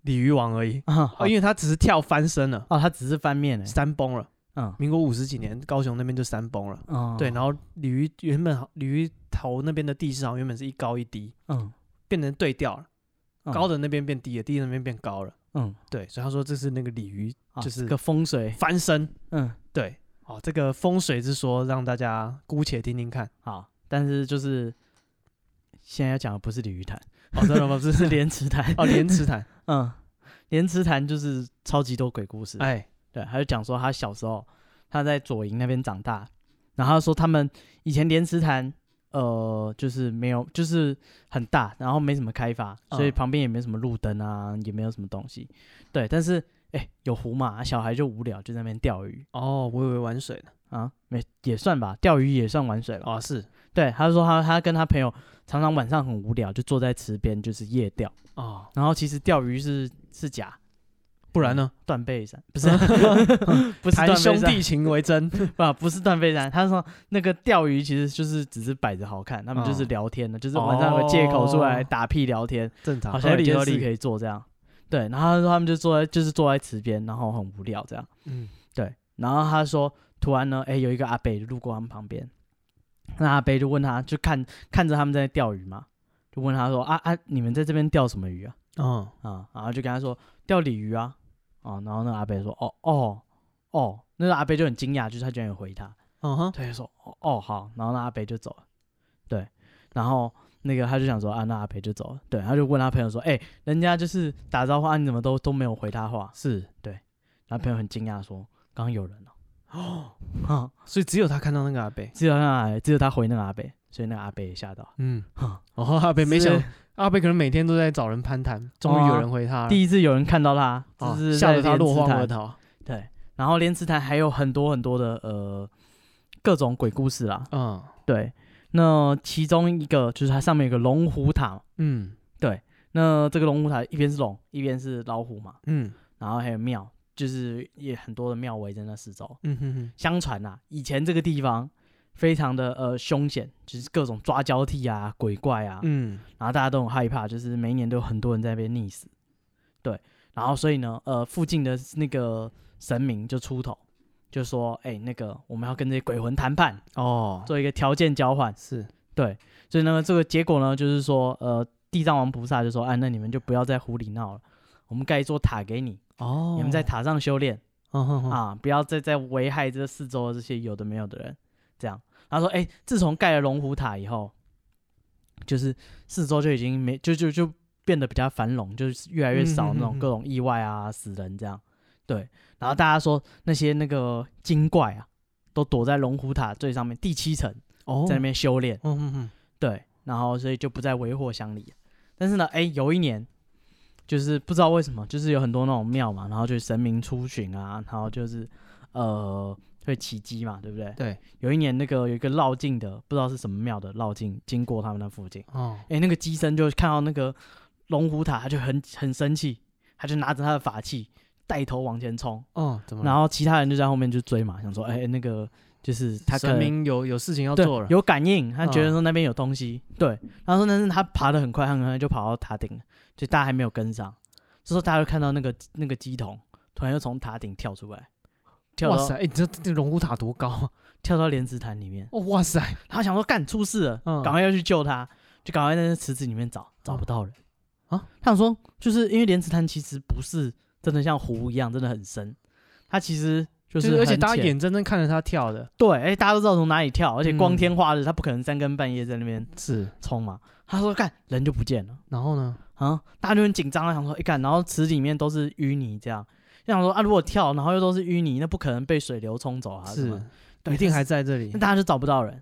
鲤鱼王而已。
啊，
哦，因
为
为他只是跳翻身了，
哦，它只是翻面哎，
山崩了。
嗯
民国五十几年，高雄那边就山崩了。
哦，
对，然后鲤鱼原本好鲤鱼头那边的地势好像原本是一高一低，
嗯，
变成对调了，
嗯
高的那边变低了，低的那边变高了。
嗯，
对，所以他说这是那个鲤鱼
啊
就是
个风水，
翻身。
嗯，
对，哦，这个风水之说让大家姑且听听看。
好，但是就是现在要讲的不是鲤鱼潭，
哦，真的吗？ 这
是
是
莲池潭，
哦莲池潭，
嗯，莲池潭就是超级多鬼故事，
哎，
对，他就讲说他小时候他在左营那边长大，然后他说他们以前莲池潭呃就是没有就是很大，然后没什么开发，所以
嗯
旁边也没什么路灯啊，也没有什么东西，对，但是哎、有湖嘛，小孩就无聊就在那边钓鱼
哦，我以为玩水呢。
啊，没也算吧，钓鱼也算玩水吧。
哦，是，
对，他就说他他跟他朋友常常晚上很无聊，就坐在池边就是夜钓，
哦，
然后其实钓鱼是是假。
不然呢？
断背山 不是不是
谈
断背
兄
山
弟情为真。
啊，不是断背山，他说那个钓鱼其实就是只是摆着好看，他们就是
嗯
聊天的，就是晚上有个借口出来
哦
打屁聊天，
正常，
好像有件
合
事
理
可。以做这样。对，然后他说他们就坐在就是坐在池边，然后很无聊这样。
嗯，
对，然后他说突然呢，哎，有一个阿伯路过他们旁边，那阿伯就问他，就看看着他们在钓鱼嘛，就问他说啊啊，你们在这边钓什么鱼啊？
哦，
啊，然后就跟他说钓鲤鱼啊，啊，然后那个阿伯说哦哦哦，那个阿伯就很惊讶，就是他居然有回他，
嗯哼，
他就说哦哦好，然后那阿北就走了，对，然后那个他就想说啊那阿北就走了，对，他就问他朋友说，哎、人家就是打招呼啊，你怎么都都没有回他话？
是，
然后朋友很惊讶说，刚刚有人
哦，
哦，哈，
所以只有他看到那个阿贝。
只有那阿只有他回那个阿北，所以那个阿北也吓到，
嗯，
哈，
哦，阿贝没
是
想，阿贝可能每天都在找人攀谈，终于有人回他了，
第一次有人看到他，
哦
就是
吓
在
得他
莲
落
池
荒而
潭，
逃。
对，然后莲池潭还有很多很多的呃各种鬼故事啦，
嗯
对，那其中一个就是它上面有个龙虎塔。
嗯
那这个龙虎塔一边是龙，一边是老虎嘛，
嗯
然后还有庙，就是也很多的庙围在那四周。
嗯哼哼，
相传啊，以前这个地方非常的呃凶险，就是各种抓交替啊、鬼怪啊，
嗯
然后大家都很害怕，就是每一年都有很多人在被溺死。对，然后所以呢，呃，附近的那个神明就出头，就说：“哎、那个我们要跟这些鬼魂谈判，
哦，
做一个条件交换。”
是，
对，所以呢，这个结果呢，就是说，呃，地藏王菩萨就说，哎、那你们就不要在湖里闹了，我们盖一座塔给你，
哦，
你们在塔上修炼、
嗯哼哼，
啊，不要再再危害这四周的这些有的没有的人。这样，他说，哎、自从盖了龙虎塔以后，就是四周就已经没，就就就变得比较繁荣，就是越来越少那
嗯嗯嗯
种
嗯
各种意外啊、死人这样。对，然后大家说那些那个精怪啊，都躲在龙虎塔最上面第七层，
哦，
在那边修炼。
嗯哼哼，
对，然后所以就不再为祸乡里。但是呢，哎，有一年，就是不知道为什么，就是有很多那种庙嘛，然后就神明出巡啊，然后就是呃会起鸡嘛，对不对？
对，
有一年那个有一个绕境的，不知道是什么庙的绕境，经过他们那附近，
哦，
哎，那个鸡生就看到那个龙虎塔，他就很很生气，他就拿着他的法器带头往前冲，
哦，怎么了？
然后其他人就在后面就追嘛，想说，哎，那个就是他
神
可能
明有有事情要
对，
哦做了，
有感应，他觉得
嗯
说那边有东西，对，然后说但是他爬得很快，很快就跑到塔顶了，就大家还没有跟上，这时候大家就看到那个那个鸡桶突然又从塔顶跳出来，跳
哇
到
塞，哎，你这这龙骨塔多高啊？
跳到莲池潭里面，
哦，哇塞，
他想说干出事了，
嗯
赶快要去救他，就赶快在那池子里面找，找不到人
啊，
他想说就是因为莲池潭其实不是真的像湖一样真的很深，它其实就
就是而且
很
大家
浅
眼睁睁看着他跳的，
对，哎、大家都知道从哪里跳，而且光
嗯
天化日，他不可能三更半夜在那边。
是，
冲嘛，他说干人就不见了
然后呢？
啊，大家就很紧张啊，想说哎干，然后池里面都是淤泥这样，就想说啊如果跳，然后又都是淤泥，那不可能被水流冲走啊，什
是
么的，，对
一定
但
还
是
在这里
那。大家就找不到人，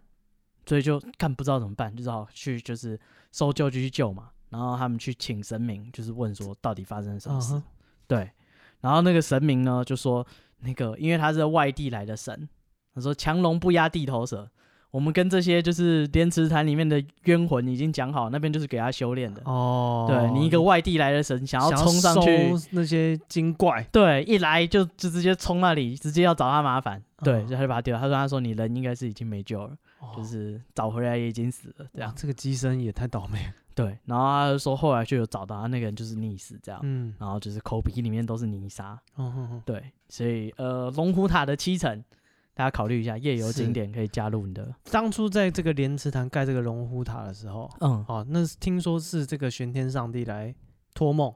所以就干不知道怎么办，就只好去就是搜救就去救嘛，然后他们去请神明，就是问说到底发生了什么
嗯
事，
哼
对，然后那个神明呢就说那个因为他是外地来的神，他说强龙不压地头蛇。我们跟这些就是莲池潭里面的冤魂已经讲好，那边就是给他修炼的。
哦，
对你一个外地来的神想
想
要冲上去，
收那些精怪，
对，一来就就直接冲那里，直接要找他麻烦，对，
嗯
就他就把他丢了。他说他说你人应该是已经没救了，
哦
就是找回来也已经死了，这
哇
样。
这个机身也太倒霉了。
对，然后他就说后来就有找到他那个人就是溺死这样，
嗯，
然后就是口鼻里面都是泥沙，
哦哦
对，所以呃龙虎塔的七层，大家考虑一下，夜游景
是
点可以加入你的，
哦当初在这个莲池潭盖这个龙虎塔的时候，
嗯，
哦，那是听说是这个玄天上帝来托梦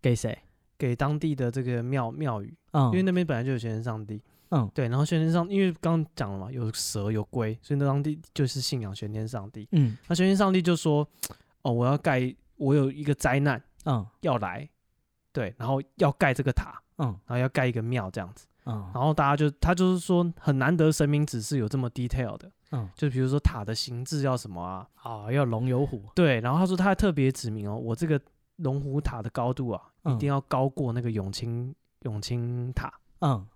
给谁？
给当地的这个庙庙宇，
嗯，
因为那边本来就有玄天上帝，
嗯
对，然后玄天上，因为刚刚讲了嘛，有蛇有龟，所以那当地就是信仰玄天上帝。
嗯
那玄天上帝就说，哦，我要盖，我有一个灾难
嗯
要来，对，然后要盖这个塔，
嗯
然后要盖一个庙这样子。
嗯
然后大家就他就是说很难得神明指示有这么 detail 的，
嗯，
就比如说塔的形制要什么啊，
哦，要龙有虎，
对，然后他说他还特别指明哦，我这个龙虎塔的高度啊，一
嗯
定要高过那个永清永清塔。
嗯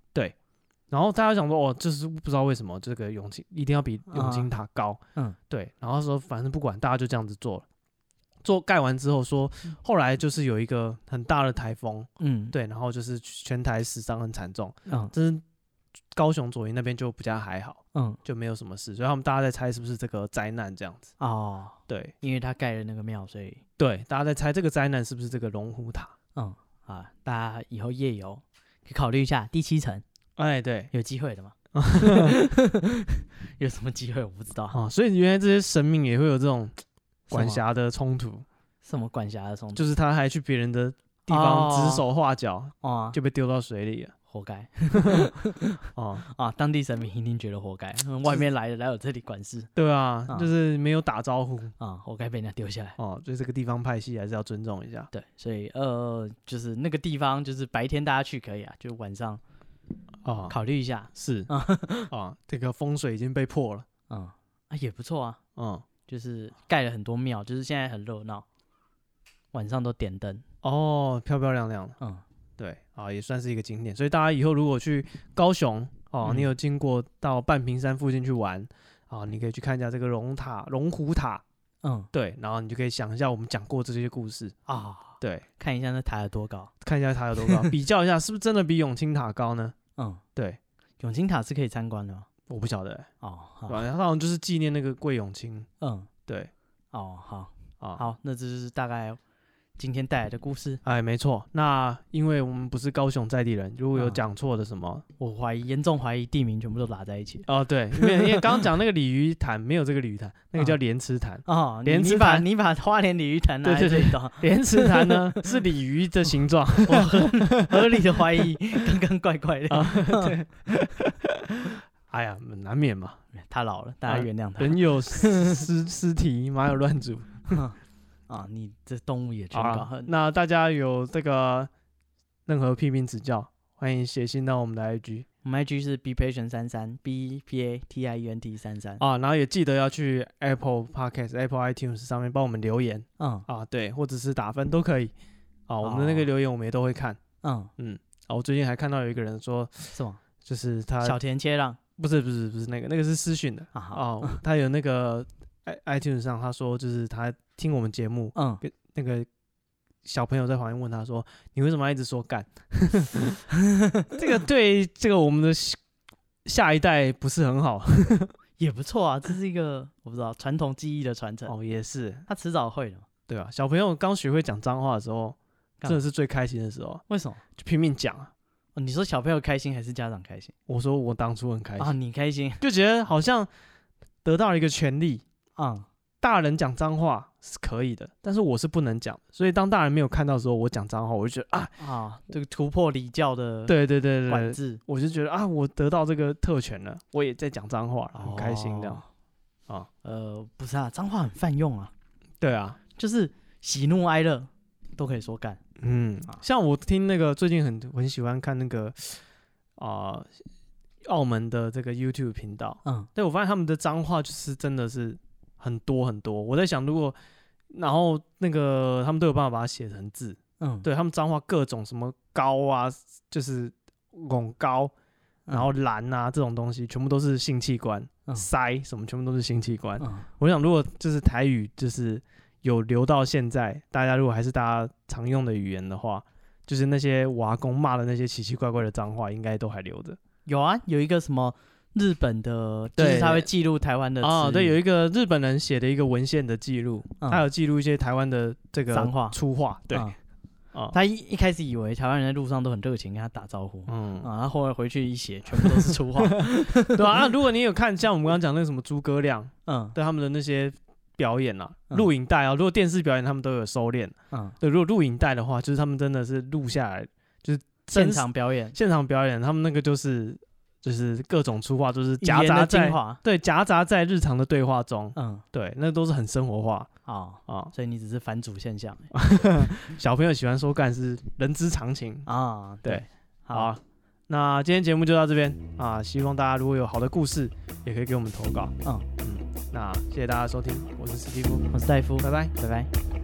然后大家想说，哦，就是不知道为什么这个永清一定要比永清塔高，
嗯
对。然后说反正不管，大家就这样子做了。做盖完之后说，后来就是有一个很大的台风，
嗯，
对，然后就是全台死伤很惨重，
嗯
这是高雄左营那边就比较还好，
嗯
就没有什么事，所以他们大家在猜是不是这个灾难这样子，
哦，
对
因为他盖了那个庙，所以
对，大家在猜这个灾难是不是这个龙虎塔，
嗯啊，大家以后夜游可以考虑一下第七层
哎，对，
有机会的吗？ 有什么机会我不知道，
啊，所以原来这些神明也会有这种
什么
管辖的冲突，
什么管辖的冲突
就是他还去别人的地方
哦
指手画脚，
哦，
就被丢到水里了。
活该
哦，
啊！当地神明一定觉得活该，嗯外面来的来我这里管事
对啊
啊，
就是没有打招呼。
啊，活该被人家丢下来。
哦，所以这个地方派系还是要尊重一下。
对，所以呃，就是那个地方，就是白天大家去可以啊，就晚上
哦，
考虑一 下，
是
啊
啊，这个风水已经被破了。
嗯啊也不错啊，
嗯，
就是盖了很多庙，就是现在很热闹，晚上都点灯，
哦，漂漂亮亮的，
嗯
对啊，也算是一个景点。所以大家以后如果去高雄哦，你
嗯
有经过到半屏山附近去玩啊，你可以去看一下这个龙塔、龙虎塔，
嗯
对，然后你就可以想一下我们讲过这些故事，
啊，
对，
看一下那塔有多高，
看一下它有多 高，比较一下是不是真的比永清塔高呢？
嗯，
对，
永清塔是可以参观的吗？
我不晓得、
哦，
对吧？
好，
它好像就是纪念那个桂永清，
嗯，
对
哦，好，
啊，，
好，那这就是大概今天带来的故事。
哎，没错。那因为我们不是高雄在地人，如果有
啊
讲错的什么，
我怀疑，严重怀疑地名全部都拉在一起。
哦、对，因为因为刚刚讲那个鲤鱼潭没有这个鲤鱼潭，那个叫
啊
莲池潭。
哦，你
莲
你
池
把
潭
你把花莲鲤鱼潭拿
对
来
对
这
对
里当
莲池潭呢是鲤鱼的形状，
我合合理的怀疑，刚刚怪怪的。
啊哎呀，难免嘛，
他老了，大家
啊
原谅他
人 有失失失蹄，马有乱祖。
啊！你这动物也
好
真搞
啊
恨，。
那大家有这个任何批评指教，欢迎写信到我们的 IG
我们 IG 是 b patient 三三 b p a t i e n t 三三。
啊，然后也记得要去 Apple Podcast、Apple iTunes 上面帮我们留言
嗯
啊，对，或者是打分都可以啊，我们的那
哦
个留言我们也都会看。
嗯，
啊，我最近还看到有一个人说，
什么？
就是他
小田切让
不是不是不是那个，那个是私讯的
啊？好，
啊、 他有那个 i iTunes 上他说，就是他听我们节目，
嗯，
那个小朋友在旁边问他说，你为什么要一直说干？ 这 个对这个我们的下下一代不是很好
也不错啊，这是一个我不知道传统技艺的传承，
哦，也是
他迟早会的嘛。
对吧、小朋友刚学会讲脏话的时候，
干
真的是最开心的时候，
为什么？
就拼命讲啊。
哦你说小朋友开心还是家长开心
我说我当初很开心，
啊？你开心
就觉得好像得到了一个权利。
啊？
大人讲脏话是可以的，但是我是不能讲，所以当大人没有看到的时候，我讲脏话，我就觉得啊，
啊，这个突破礼教的
对对对对
管
对，
制，
我就觉得啊，我得到这个特权了，我也在讲脏话了，很开心这样。
哦
啊。
呃，不是啊，脏话很泛用啊，
对啊，
就是喜怒哀乐都可以说干。
嗯
啊，
像我听那个最近很很喜欢看那个啊、澳门的这个 YouTube 频道，
嗯
对我发现他们的脏话就是真的是很多很多。我在想，如果然后那个他们都有办法把它写成字，
嗯，
对他们脏话各种什么高啊，就是拱高，
嗯
然后蓝啊这种东西，全部都是性器官，
嗯
塞什么全部都是性器官。
嗯
我想，如果就是台语就是有留到现在，大家如果还是大家常用的语言的话，就是那些瓦工骂的那些奇奇怪怪的脏话，应该都还留着。
有啊，有一个什么日本的，就是
对
他会记录台湾的
啊，
词
对，
语
有一个日本人写的一个文献的记录，
嗯
他有记录一些台湾的这个
脏话
粗话，对，
嗯
啊，
他一一开始以为台湾人在路上都很热情，跟他打招呼。
嗯，
啊，他后来回去一写，全部都是粗 话。
对啊，啊如果你有看像我们刚刚讲那个什么诸葛亮
嗯
对他们的那些表演啊，
嗯
录影带啊，如果电视表演他们都有收敛，
嗯，
对，如果录影带的话，就是他们真的是录下来，就是真
现场表演，
现场表演，他们那个就是就是各种粗话，就是夹
语言
杂
的精
在
华。
对夹杂在日常的对话中，
嗯，
对，那都是很生活化
哦，
啊。
所以你只是反主现象
小朋友喜欢说干是人之常情。
啊。
嗯对，好
好，
啊、那今天节目就到这边啊，希望大家如果有好的故事，也可以给我们投稿。
嗯
嗯，那谢谢大家收听，我是史蒂夫，
我是戴夫，
拜拜。
拜拜。